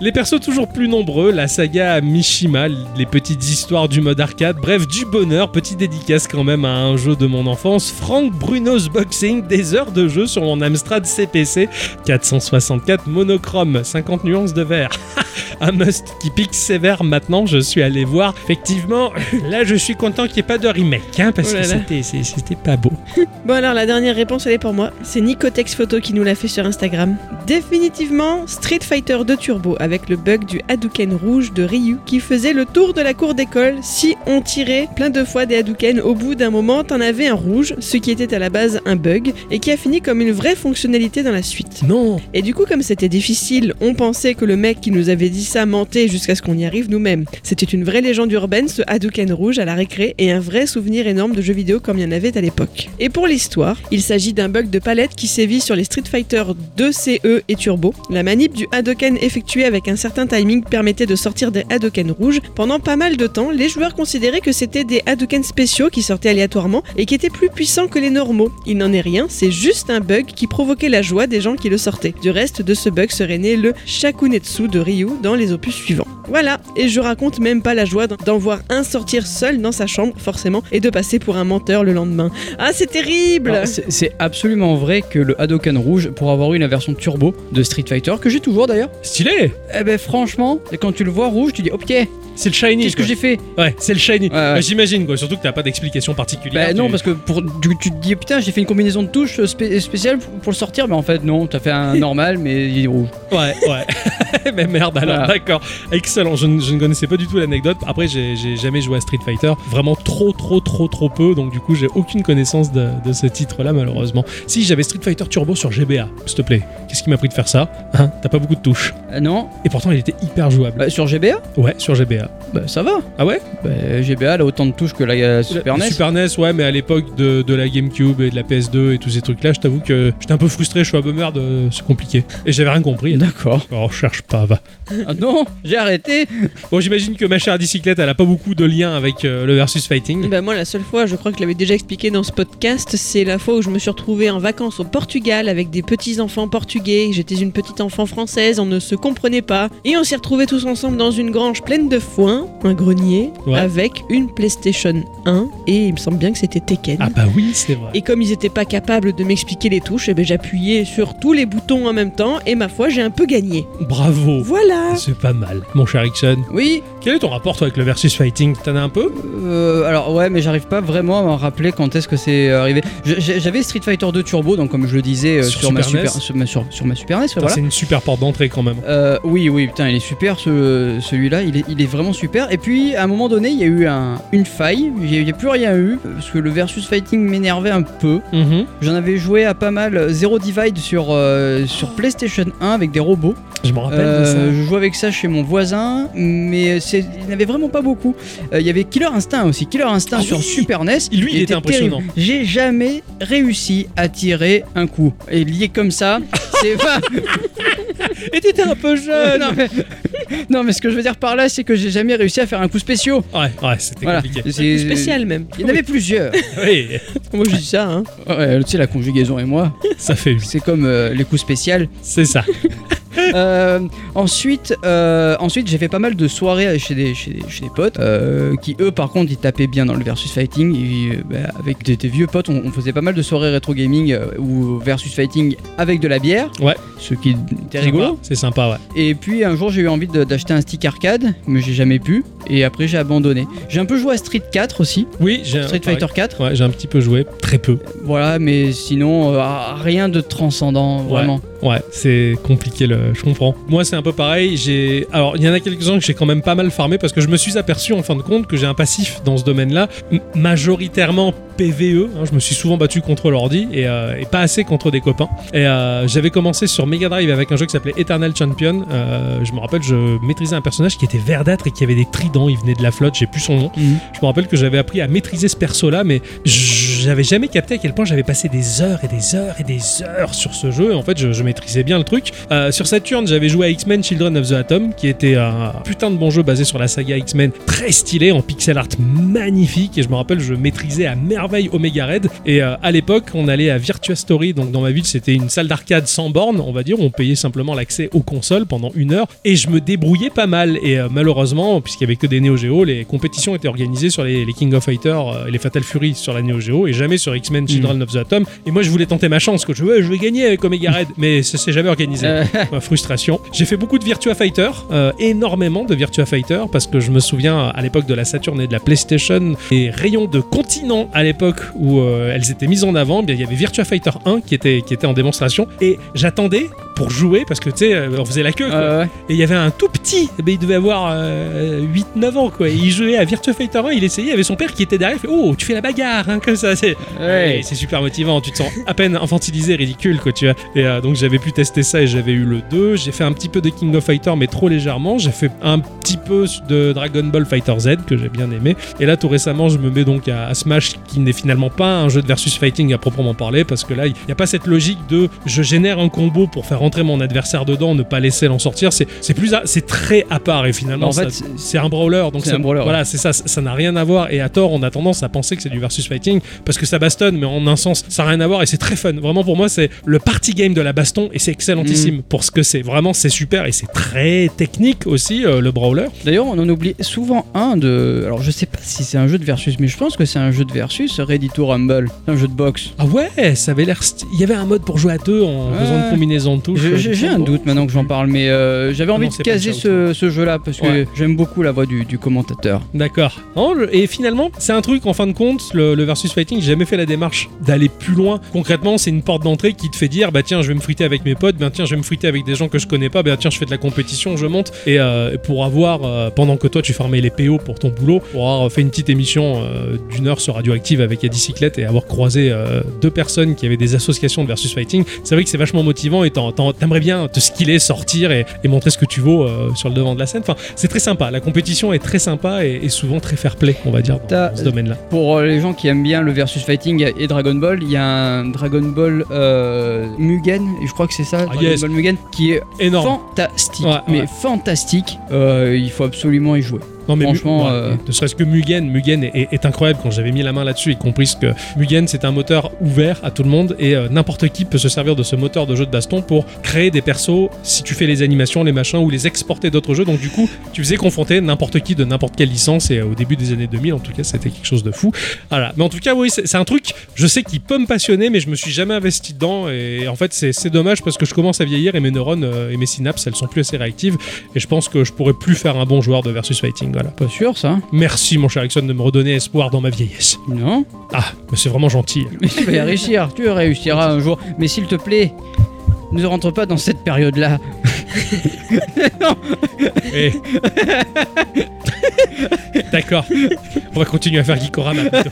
Les persos toujours plus nombreux, la saga Mishima, les petites histoires du mode arcade, bref, du bonheur, petite dédicace quand même à un jeu de mon enfance, Frank Bruno's Boxing, des heures de jeu sur mon Amstrad CPC, 464 monochrome, 50 nuances de vert. un must qui pique sévère maintenant, je suis allé voir. Effectivement, là je suis content qu'il n'y ait pas de remake, hein, parce
Oh là
que
là.
c'était- c'est- c'était pas beau.
Bon alors la dernière réponse elle est pour moi. C'est Nicotex Photo qui nous l'a fait sur Instagram. Définitivement Street Fighter 2 Turbo avec le bug du Hadouken rouge de Ryu qui faisait le tour de la cour d'école. Si on tirait plein de fois des Hadouken, au bout d'un moment t'en avais un rouge, ce qui était à la base un bug et qui a fini comme une vraie fonctionnalité dans la suite.
Non,
Et du coup comme c'était difficile, on pensait que le mec qui nous avait dit ça mentait jusqu'à ce qu'on y arrive nous-mêmes. C'était une vraie légende urbaine ce Hadouken rouge à la récré et un vrai souvenir énorme de jeux vidéo comme il y en avait à l'époque. Et pour l'histoire, il s'agit d'un bug de palette qui sévit sur les Street Fighter 2 CE et Turbo. La manip du Hadoken effectuée avec un certain timing permettait de sortir des Hadoken rouges. Pendant pas mal de temps, les joueurs considéraient que c'était des Hadoken spéciaux qui sortaient aléatoirement et qui étaient plus puissants que les normaux. Il n'en est rien, c'est juste un bug qui provoquait la joie des gens qui le sortaient. Du reste, de ce bug serait né le Shakunetsu de Ryu dans les opus suivants. Voilà, et je raconte même pas la joie d'en- d'en voir un sortir seul dans sa chambre, forcément, et de passer pour un menteur le lendemain. Ah, c'est terrible
Alors, C'est c'est absolument vrai que le Hadoken rouge, pour avoir eu la version turbo de Street Fighter, que j'ai toujours d'ailleurs,
stylé,
eh ben franchement, quand tu le vois rouge, tu dis ok,
c'est le shiny.
qu'est-ce que
quoi.
j'ai fait
Ouais, c'est le shiny.
Ouais, ouais.
Bah, J'imagine quoi, surtout que t'as pas d'explication particulière.
Bah
ah, tu-
non, parce que pour, tu, tu te dis oh, putain, j'ai fait une combinaison de touches spé- spéciale pour, pour le sortir, mais en fait non, t'as fait un normal, mais il est rouge.
Ouais, ouais. Mais merde, alors
Voilà.
d'accord. Excellent, je, ne- je ne connaissais pas du tout l'anecdote. Après, j'ai j'ai jamais joué à Street Fighter. Vraiment trop, trop, trop, trop peu. Donc du coup, j'ai aucune connaissance de, de ce titre-là, malheureusement. Si, j'avais Street Fighter Turbo sur GBA, s'il te plaît. Qu'est-ce qui m'a pris de faire ça Hein T'as pas beaucoup de touches.
Ah non,
Et pourtant, il était hyper jouable.
bah, sur GBA,
Ouais, sur GBA.
bah ça va.
Ah ouais
Bah, GBA, elle a autant de touches que la, la Super E
Le
NES.
Super NES, ouais, mais à l'époque de, de la GameCube et de la PS2 et tous ces trucs-là, je t'avoue que j'étais un peu frustré. Je suis un bummer de. C'est compliqué. Et j'avais rien compris.
D'accord.
Oh, cherche pas, va.
Ah non, j'ai arrêté.
Bon, j'imagine que ma chère bicyclette, elle a pas beaucoup de lien avec euh, le versus fighting.
Bah moi la seule fois, je crois que je l'avais déjà expliqué dans ce podcast, c'est la fois où je me suis retrouvée en vacances au Portugal avec des petits enfants portugais. J'étais une petite enfant française, on ne se comprenait pas et on s'est retrouvés tous ensemble dans une grange pleine de foin, un grenier,
Ouais.
avec une PlayStation 1 et il me semble bien que c'était Tekken.
Ah bah oui, c'est vrai.
Et comme ils n'étaient pas capables de m'expliquer les touches, eh ben j'appuyais sur tous les boutons en même temps et ma foi j'ai un peu gagné.
Bravo.
Voilà
C'est pas mal, mon cher Ixon.
Oui,
Quel est ton rapport, toi, avec le versus fighting T'en as un peu
euh, alors ouais, mais j'arrive pas vraiment à me rappeler quand est-ce que c'est arrivé. Je- j'ai- J'avais Street Fighter 2 Turbo, donc comme je le disais euh,
Sur
sur, ma
Super
super,
NES.
sur, ma- sur- sur ma Super NES, ouais,
Putain,
voilà.
C'est une super porte d'entrée quand même.
Euh, oui, oui, putain, il est super ce- celui-là, il est, il est vraiment super. Et puis à un moment donné, il y a eu un- une faille, il n'y a, il y a plus rien eu, parce que le versus fighting m'énervait un peu.
Mhm.
J'en avais joué à pas mal Zero Divide sur, euh, sur PlayStation 1 avec des robots.
Je m'en rappelle de ça.
Euh, je jouais avec ça chez mon voisin, mais c'est- il n'y avait vraiment pas beaucoup. Euh, il y avait Killer Instinct aussi, Killer Instinct
Ah
sur
oui
Super E NES.
Lui, il était impressionnant.
terrible. J'ai jamais réussi à tirer un coup. Et lié comme ça, c'est pas.
Et t'étais un peu jeune
non, mais... non, mais ce que je veux dire par là, c'est que j'ai jamais réussi à faire un coup spécial.
Ouais, ouais, c'était
Voilà.
compliqué.
C'est-
Spécial même.
Ah
Il y en avait plusieurs.
Oui,
Moi je dis ça, hein.
Ouais, tu sais, la conjugaison et moi,
ça fait huit.
c'est comme euh, les coups spéciaux.
C'est ça.
Euh, ensuite, euh, ensuite j'ai fait pas mal de soirées chez des, chez des, chez des potes euh, qui, eux, par contre, ils tapaient bien dans le versus fighting. Et, euh, bah, avec des, des vieux potes, on, on faisait pas mal de soirées rétro gaming euh, ou versus fighting avec de la bière.
Ouais.
Ce qui était rigolo.
C'est sympa, ouais.
Et puis un jour, j'ai eu envie de- d'acheter un stick arcade, mais j'ai jamais pu. Et après, j'ai abandonné. J'ai un peu joué à Street 4 aussi.
Oui, j'ai un-
Street
Euh, pareil.
Fighter 4.
Ouais, j'ai un petit peu joué, très peu.
Voilà, mais sinon, euh, ah, rien de transcendant, vraiment.
Ouais, c'est compliqué, le... je comprends. Moi, c'est un peu pareil. J'ai Alors, il y en a quelques-uns que j'ai quand même pas mal farmé parce que je me suis aperçu en fin de compte que j'ai un passif dans ce domaine-là, m- majoritairement PVE. hein. je me suis souvent battu contre l'ordi et, euh, et pas assez contre des copains. Et euh, j'avais commencé sur Mega Drive avec un jeu qui s'appelait Eternal Champion. Euh, je me rappelle, je maîtrisais un personnage qui était verdâtre et qui avait des tridents. Il venait de la flotte, j'ai plus son nom.
Mhm.
Je me rappelle que j'avais appris à maîtriser ce perso-là, mais j'avais jamais capté à quel point j'avais passé des heures et des heures et des heures sur ce jeu. En fait, je, je maîtrisais bien le truc. Euh, sur Saturn, j'avais joué à X-Men Children of the Atom, qui était un putain de bon jeu basé sur la saga X-Men, très stylé, en pixel art magnifique. Et je me rappelle, je maîtrisais à merveille Omega Red. Et euh, à l'époque, on allait à Virtua Story, donc dans ma ville, c'était une salle d'arcade sans borne, on va dire, où on payait simplement l'accès aux consoles pendant une heure. Et je me débrouillais pas mal. Et euh, malheureusement, puisqu'il y avait que des Neo Geo, les compétitions étaient organisées sur les, les King of Fighters euh, et les Fatal Fury sur la Neo Geo, et jamais sur X-Men Children of the Atom. Et moi, je voulais tenter ma chance, que je veux, je vais gagner avec Omega Red, mais ça s'est jamais organisé.
Euh,
Ma frustration. J'ai fait beaucoup de Virtua Fighter, euh, énormément de Virtua Fighter, parce que je me souviens à l'époque de la Saturn et de la PlayStation, les rayons de continent à l'époque où euh, elles étaient mises en avant, eh bien, il y avait Virtua Fighter 1 qui était, qui était en démonstration, et j'attendais pour jouer, parce que tu sais, euh, on faisait la queue, quoi.
ouais, ouais.
et il y avait un tout petit, mais il devait avoir 8-9 ans, quoi. Et il jouait à Virtua Fighter 1, il essayait, il y avait son père qui était derrière, il fait Oh, tu fais la bagarre, hein, comme ça, c'est.
Ouais.
Et C'est super motivant, tu te sens à peine infantilisé, ridicule, quoi, tu vois. Et euh, donc j'avais pu tester ça et j'avais eu le 2. J'ai fait un petit peu de King of Fighter, mais trop légèrement. J'ai fait un petit peu de Dragon Ball Fighter Z que j'ai bien aimé. Et là, tout récemment, je me mets donc à, à Smash, qui n'est finalement pas un jeu de versus fighting à proprement parler, parce que là, il n'y a pas cette logique de je génère un combo pour faire entrer mon adversaire dedans, ne pas laisser l'en sortir. C'est c'est plus, à- c'est très à part et finalement,
En fait,
ça- c'est un brawler. Donc
c'est
ça-
un brawler,
Voilà, c'est ça, ça ça n'a rien à voir. Et à tort, on a tendance à penser que c'est du versus fighting parce que ça bastonne, mais en un sens, ça n'a rien à voir et c'est très fun. Vraiment, pour moi, c'est le party game de la baston et c'est excellentissime
Mm.
pour ce que c'est. Vraiment, c'est super et c'est très technique aussi, euh, le brawler.
D'ailleurs, on en oublie souvent un de. Alors, je sais pas si c'est un jeu de versus, mais je pense que c'est un jeu de versus Ready to Rumble. C'est un jeu de boxe.
Ah ouais, ça avait l'air. sti- Il y avait un mode pour jouer à deux en
Ouais.
faisant une combinaison de touches. Oh.
Je- J'ai j'ai un doute maintenant que j'en parle, mais euh, j'avais
Ah
envie
non,
de
c'est
caser
Punch Out,
ce, ce jeu-là parce que
Ouais.
j'aime beaucoup la voix du, du commentateur.
D'accord. Non, le- Et finalement, c'est un truc, en fin de compte, le, le versus fighting, j'ai jamais fait la démarche d'aller plus loin. Concrètement, c'est une porte d'entrée qui te fait dire, bah tiens, je vais me friter avec mes potes, bah tiens, je vais me friter avec des gens que je connais pas, bah tiens, je fais de la compétition, je monte. Et euh, pour avoir, euh, pendant que toi tu farmais les PO pour ton boulot, pour avoir fait une petite émission euh, d'une heure sur Radioactive avec Eddie Cyclette et avoir croisé euh, deux personnes qui avaient des associations de versus fighting, c'est vrai que c'est vachement motivant et t'en- t'en- t'aimerais bien te skiller, sortir et, et montrer ce que tu vaux euh, sur le devant de la scène. Enfin, c'est très sympa. La compétition est très sympa et, et souvent très fair play, on va dire, dans,
T'as-
dans ce domaine-là.
Pour euh, les gens qui aiment bien le versus fighting et Dragon Ball, il y a un Dragon Ball euh, Mugen, et je crois que c'est ça, Dragon
Ah, yes.
Ball Mugen, qui est
Énorme.
fantastique.
Ouais,
mais
ouais.
fantastique. Euh, il faut absolument y jouer.
Non, mais Mu-
Franchement,
ouais,
euh,
ne serait-ce que Mugen, Mugen est, est- est incroyable. Quand j'avais mis la main là-dessus et compris ce que Mugen, c'est un moteur ouvert à tout le monde et euh, n'importe qui peut se servir de ce moteur de jeu de baston pour créer des persos. Si tu fais les animations, les machins ou les exporter d'autres jeux, donc du coup, tu faisais confronter n'importe qui de n'importe quelle licence. Et euh, au début des années 2000, en tout cas, c'était quelque chose de fou. Voilà. Mais en tout cas, oui, c'est c'est un truc. Je sais qu'il peut me passionner, mais je me suis jamais investi dedans. Et en fait, c'est c'est dommage parce que je commence à vieillir et mes neurones euh, et mes synapses, elles sont plus assez réactives. Et je pense que je pourrais plus faire un bon joueur de versus fighting. Voilà.
Pas sûr ça
Merci mon cher Ixon de me redonner espoir dans ma vieillesse.
Non
Ah, mais c'est vraiment gentil.
Mais tu vas y réussir, tu réussiras un jour. Mais s'il te plaît, ne rentre pas dans cette période-là.
Eh. D'accord. On va continuer à faire Gikorama. plutôt.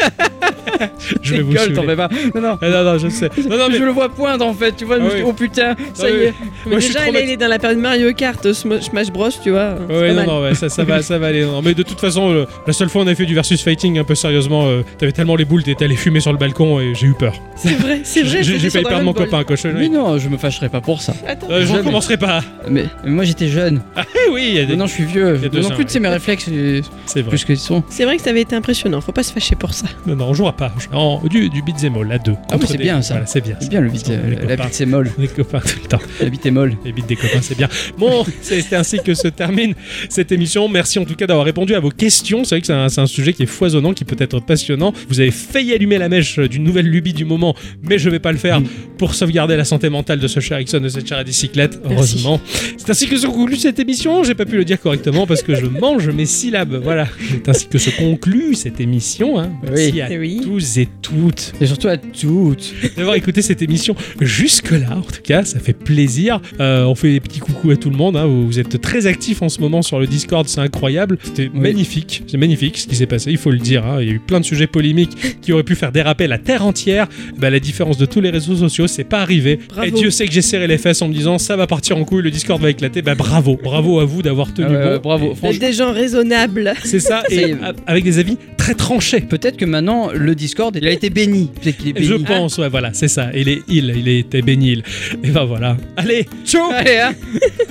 je vais vous
Rigole, t'en
saouler.
fais pas. Non, non.
Ah, non, non, je sais. Non, non, mais
Je le vois poindre en fait, tu vois. je
Ah
me suis-
oui.
Oh putain, ça
Ah
y
oui.
est.
Mais
Moi, je suis
déjà, il est-
traumatisé.
il est dans la période Mario Kart, euh, Sm- Smash Bros, tu vois. c'est
Ouais,
pas
non,
mal.
non, ouais, ça, ça va, ça va aller. Non, mais de toute façon, le- la seule fois on a fait du versus fighting un peu sérieusement, euh, t'avais tellement les boules, t'étais allé fumer sur le balcon et j'ai eu peur.
C'est vrai, c'est vrai.
J'ai j'ai
c'était
failli
sur
perdre
Dragon
mon
Ball.
copain, coche.
Mais non, je me fâcherai pas pour ça.
Attends.
je ne
Jamais.
commencerai pas.
Mais, mais moi j'étais jeune.
Eh oui, il y a des...
Maintenant je suis vieux.
y a deux
Maintenant
ans,
plus de mes réflexes, euh,
c'est vrai.
plus qu'ils sont.
C'est vrai que ça avait été impressionnant, faut pas se fâcher pour ça.
Non, non, on jouera pas. En, du du beat'em all à deux.
Ah oui,
Entre
c'est
des-
bien, ça.
Voilà, c'est bien.
C'est bien le bite.
On est
euh, La
copains.
bite c'est molle.
Les copains tout le temps.
La bite est molle.
Les bites des copains, c'est bien. Bon, c'est c'est ainsi que se termine cette émission. Merci en tout cas d'avoir répondu à vos questions. C'est vrai que c'est un, c'est un sujet qui est foisonnant, qui peut être passionnant. Vous avez failli allumer la mèche d'une nouvelle lubie du moment, mais je vais pas le faire
Mm.
pour sauvegarder la santé mentale de ce cher Ixon, de cette chère à bicyclette.
Merci.
Heureusement. C'est ainsi que se conclut cette émission. J'ai pas pu le dire correctement parce que je mange mes syllabes. Voilà. C'est ainsi que se conclut cette émission. hein. Merci
Oui.
à
Eh oui.
tous et toutes
Et surtout à toutes.
d'avoir écouté cette émission jusque-là. En tout cas, ça fait plaisir. Euh, on fait des petits coucou à tout le monde. hein. Vous, vous êtes très actifs en ce moment sur le Discord, c'est incroyable. C'était
Oui.
magnifique, c'est magnifique ce qui s'est passé, il faut le dire. hein. Il y a eu plein de sujets polémiques qui auraient pu faire déraper la terre entière. Bah, la différence de tous les réseaux sociaux, c'est pas arrivé.
Bravo.
Et Dieu sait que j'ai serré les fesses en me disant ça va partir en couille, le Discord va éclater. Bah, bravo, bravo à vous d'avoir tenu
Ah ouais, ouais,
bon.
bravo.
D'être
Franchement,
des gens raisonnables.
C'est ça,
Ça y
et
est.
a- avec des avis très tranchés.
peut-être que maintenant le Discord il a été béni. Peut-être qu'il est béni.
Je pense, ouais, voilà, c'est ça. Il est il, il était béni. il. Et ben voilà. Allez, ciao
Allez, hein.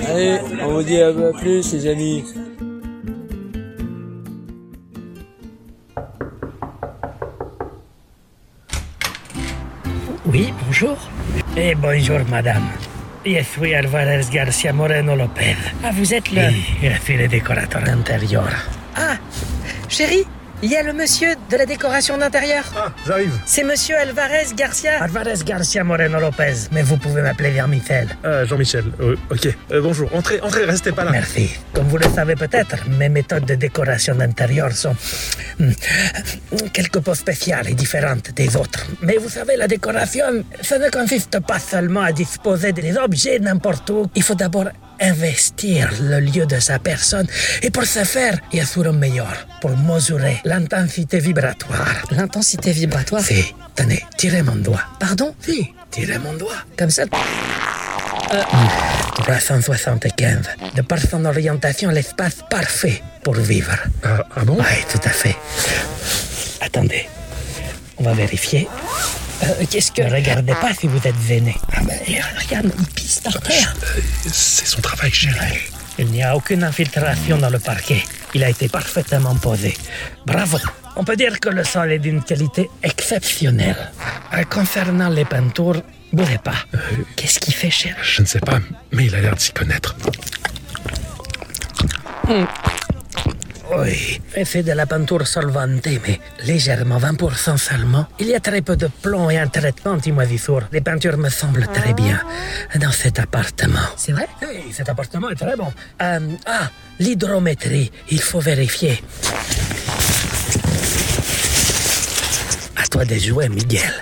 Allez, on vous dit à plus les amis.
Oui, bonjour.
Et Eh, bonjour, madame. Je suis Alvarez Garcia Moreno Lopez,
Ah, vous êtes le...
et je suis le décorateur d'intérieur.
Ah, chérie, il y a le monsieur de la décoration d'intérieur.
Ah, j'arrive.
C'est monsieur Alvarez Garcia.
Alvarez Garcia Moreno Lopez, mais vous pouvez m'appeler Vermicel.
Euh, Jean-Michel, euh, ok. Euh, bonjour, entrez, entrez, restez pas là.
Merci. Comme vous le savez peut-être, mes méthodes de décoration d'intérieur sont hum, quelque peu spéciales et différentes des autres. Mais vous savez, la décoration, ça ne consiste pas seulement à disposer des objets n'importe où. Il faut d'abord investir le lieu de sa personne. Et pour ce faire, il y a souvent meilleur pour mesurer l'intensité vibratoire.
L'intensité vibratoire.
Si, tenez, tirez mon doigt.
Pardon
Si, tirez mon doigt.
Comme ça
375. De par son orientation, l'espace parfait pour vivre.
Ah, ah bon
Oui, tout à fait. Attendez, on va vérifier.
Euh, Qu'est-ce que...
Ne regardez pas si vous êtes gêné. Ah, euh,
Ah, ben, regarde, une piste par terre.
C'est son travail, chérie.
Il n'y a aucune infiltration dans le parquet. Il a été parfaitement posé. Bravo. On peut dire que le sol est d'une qualité exceptionnelle. Euh, Concernant les peintures, bougez pas.
Qu'est-ce qu'il fait, cher
Je ne sais pas, mais il a l'air de s'y connaître.
Oui, fait de la peinture solvantée, mais légèrement, 20% seulement. Il y a très peu de plomb et un traitement anti-moisissure. Les peintures me semblent très bien dans cet appartement.
C'est vrai
Hey, cet appartement est très bon. Euh, ah, l'hydrométrie, il faut vérifier. À toi de jouer, Miguel.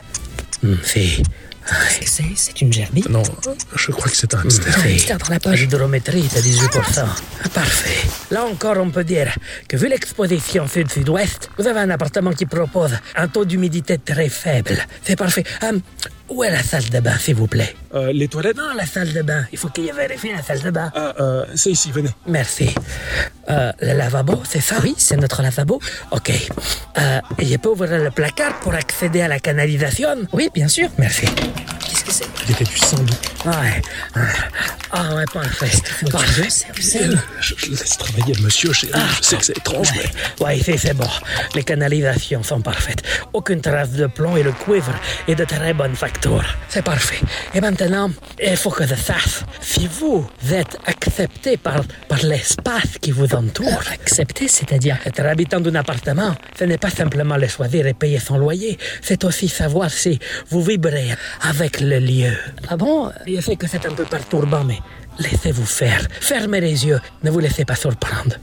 Hmm, si.
Qu'est-ce que c'est C'est une gerbille
Non, je crois que c'est un hamster.
Hmm, si.
Tiens, dans la poche.
L'hydrométrie, c'est 18%. Ah, Parfait. Là encore, on peut dire que vu l'exposition sud-sud-ouest, vous avez un appartement qui propose un taux d'humidité très faible. C'est parfait. Hum, où est la salle de bain, s'il vous plaît
Euh, les toilettes
Non, la salle de bain. Il faut qu'il y ait vérifié la salle de bain.
Ah, euh, c'est ici, venez.
Merci. Euh, le lavabo, c'est ça
Oui, c'est notre lavabo.
Ok. Euh, je peux ouvrir le placard pour accéder à la canalisation
Oui, bien sûr.
Merci.
Qu'est-ce
que c'est
Il était du sang
Ouais. Ah, ouais, pas un fest. Pas un fest, c'est
Je, je laisse travailler le monsieur chez
Ah.
Je sais que c'est étrange, mais.
Ouais, ouais ici c'est bon. Les canalisations sont parfaites. Aucune trace de plomb et le cuivre est de très bonne facture. C'est parfait. Et maintenant, il faut que je sache si vous êtes accepté par, par l'espace qui vous entoure. Euh, Accepté, c'est-à-dire Être habitant d'un appartement, ce n'est pas simplement le choisir et payer son loyer. C'est aussi savoir si vous vibrez avec le lieu. Ah bon Je sais que c'est un peu perturbant, mais laissez-vous faire. Fermez les yeux. Ne vous laissez pas surprendre.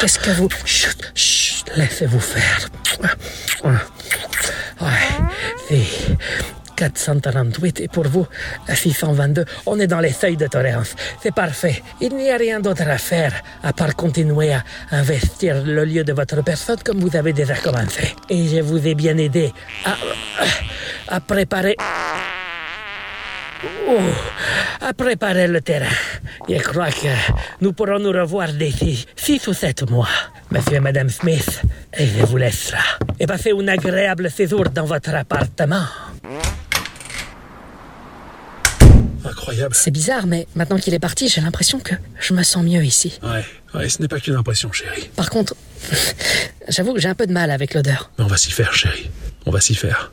Qu'est-ce que vous... Chut, chut, laissez-vous faire. Ouais, c'est 438 et pour vous, 622. On est dans les seuils de tolérance. C'est parfait. Il n'y a rien d'autre à faire à part continuer à investir le lieu de votre personne comme vous avez déjà commencé. Et je vous ai bien aidé à, à préparer... Oh, à préparer le terrain. Je crois que nous pourrons nous revoir d'ici six ou sept mois. Monsieur et Madame Smith, et je vous laisse là. Et passez une agréable séjour dans votre appartement.
Incroyable.
C'est bizarre, mais maintenant qu'il est parti, j'ai l'impression que je me sens mieux ici.
Ouais, ouais, ce n'est pas qu'une impression, chérie.
Par contre, j'avoue que j'ai un peu de mal avec l'odeur.
Mais on va s'y faire, chérie. On va s'y faire.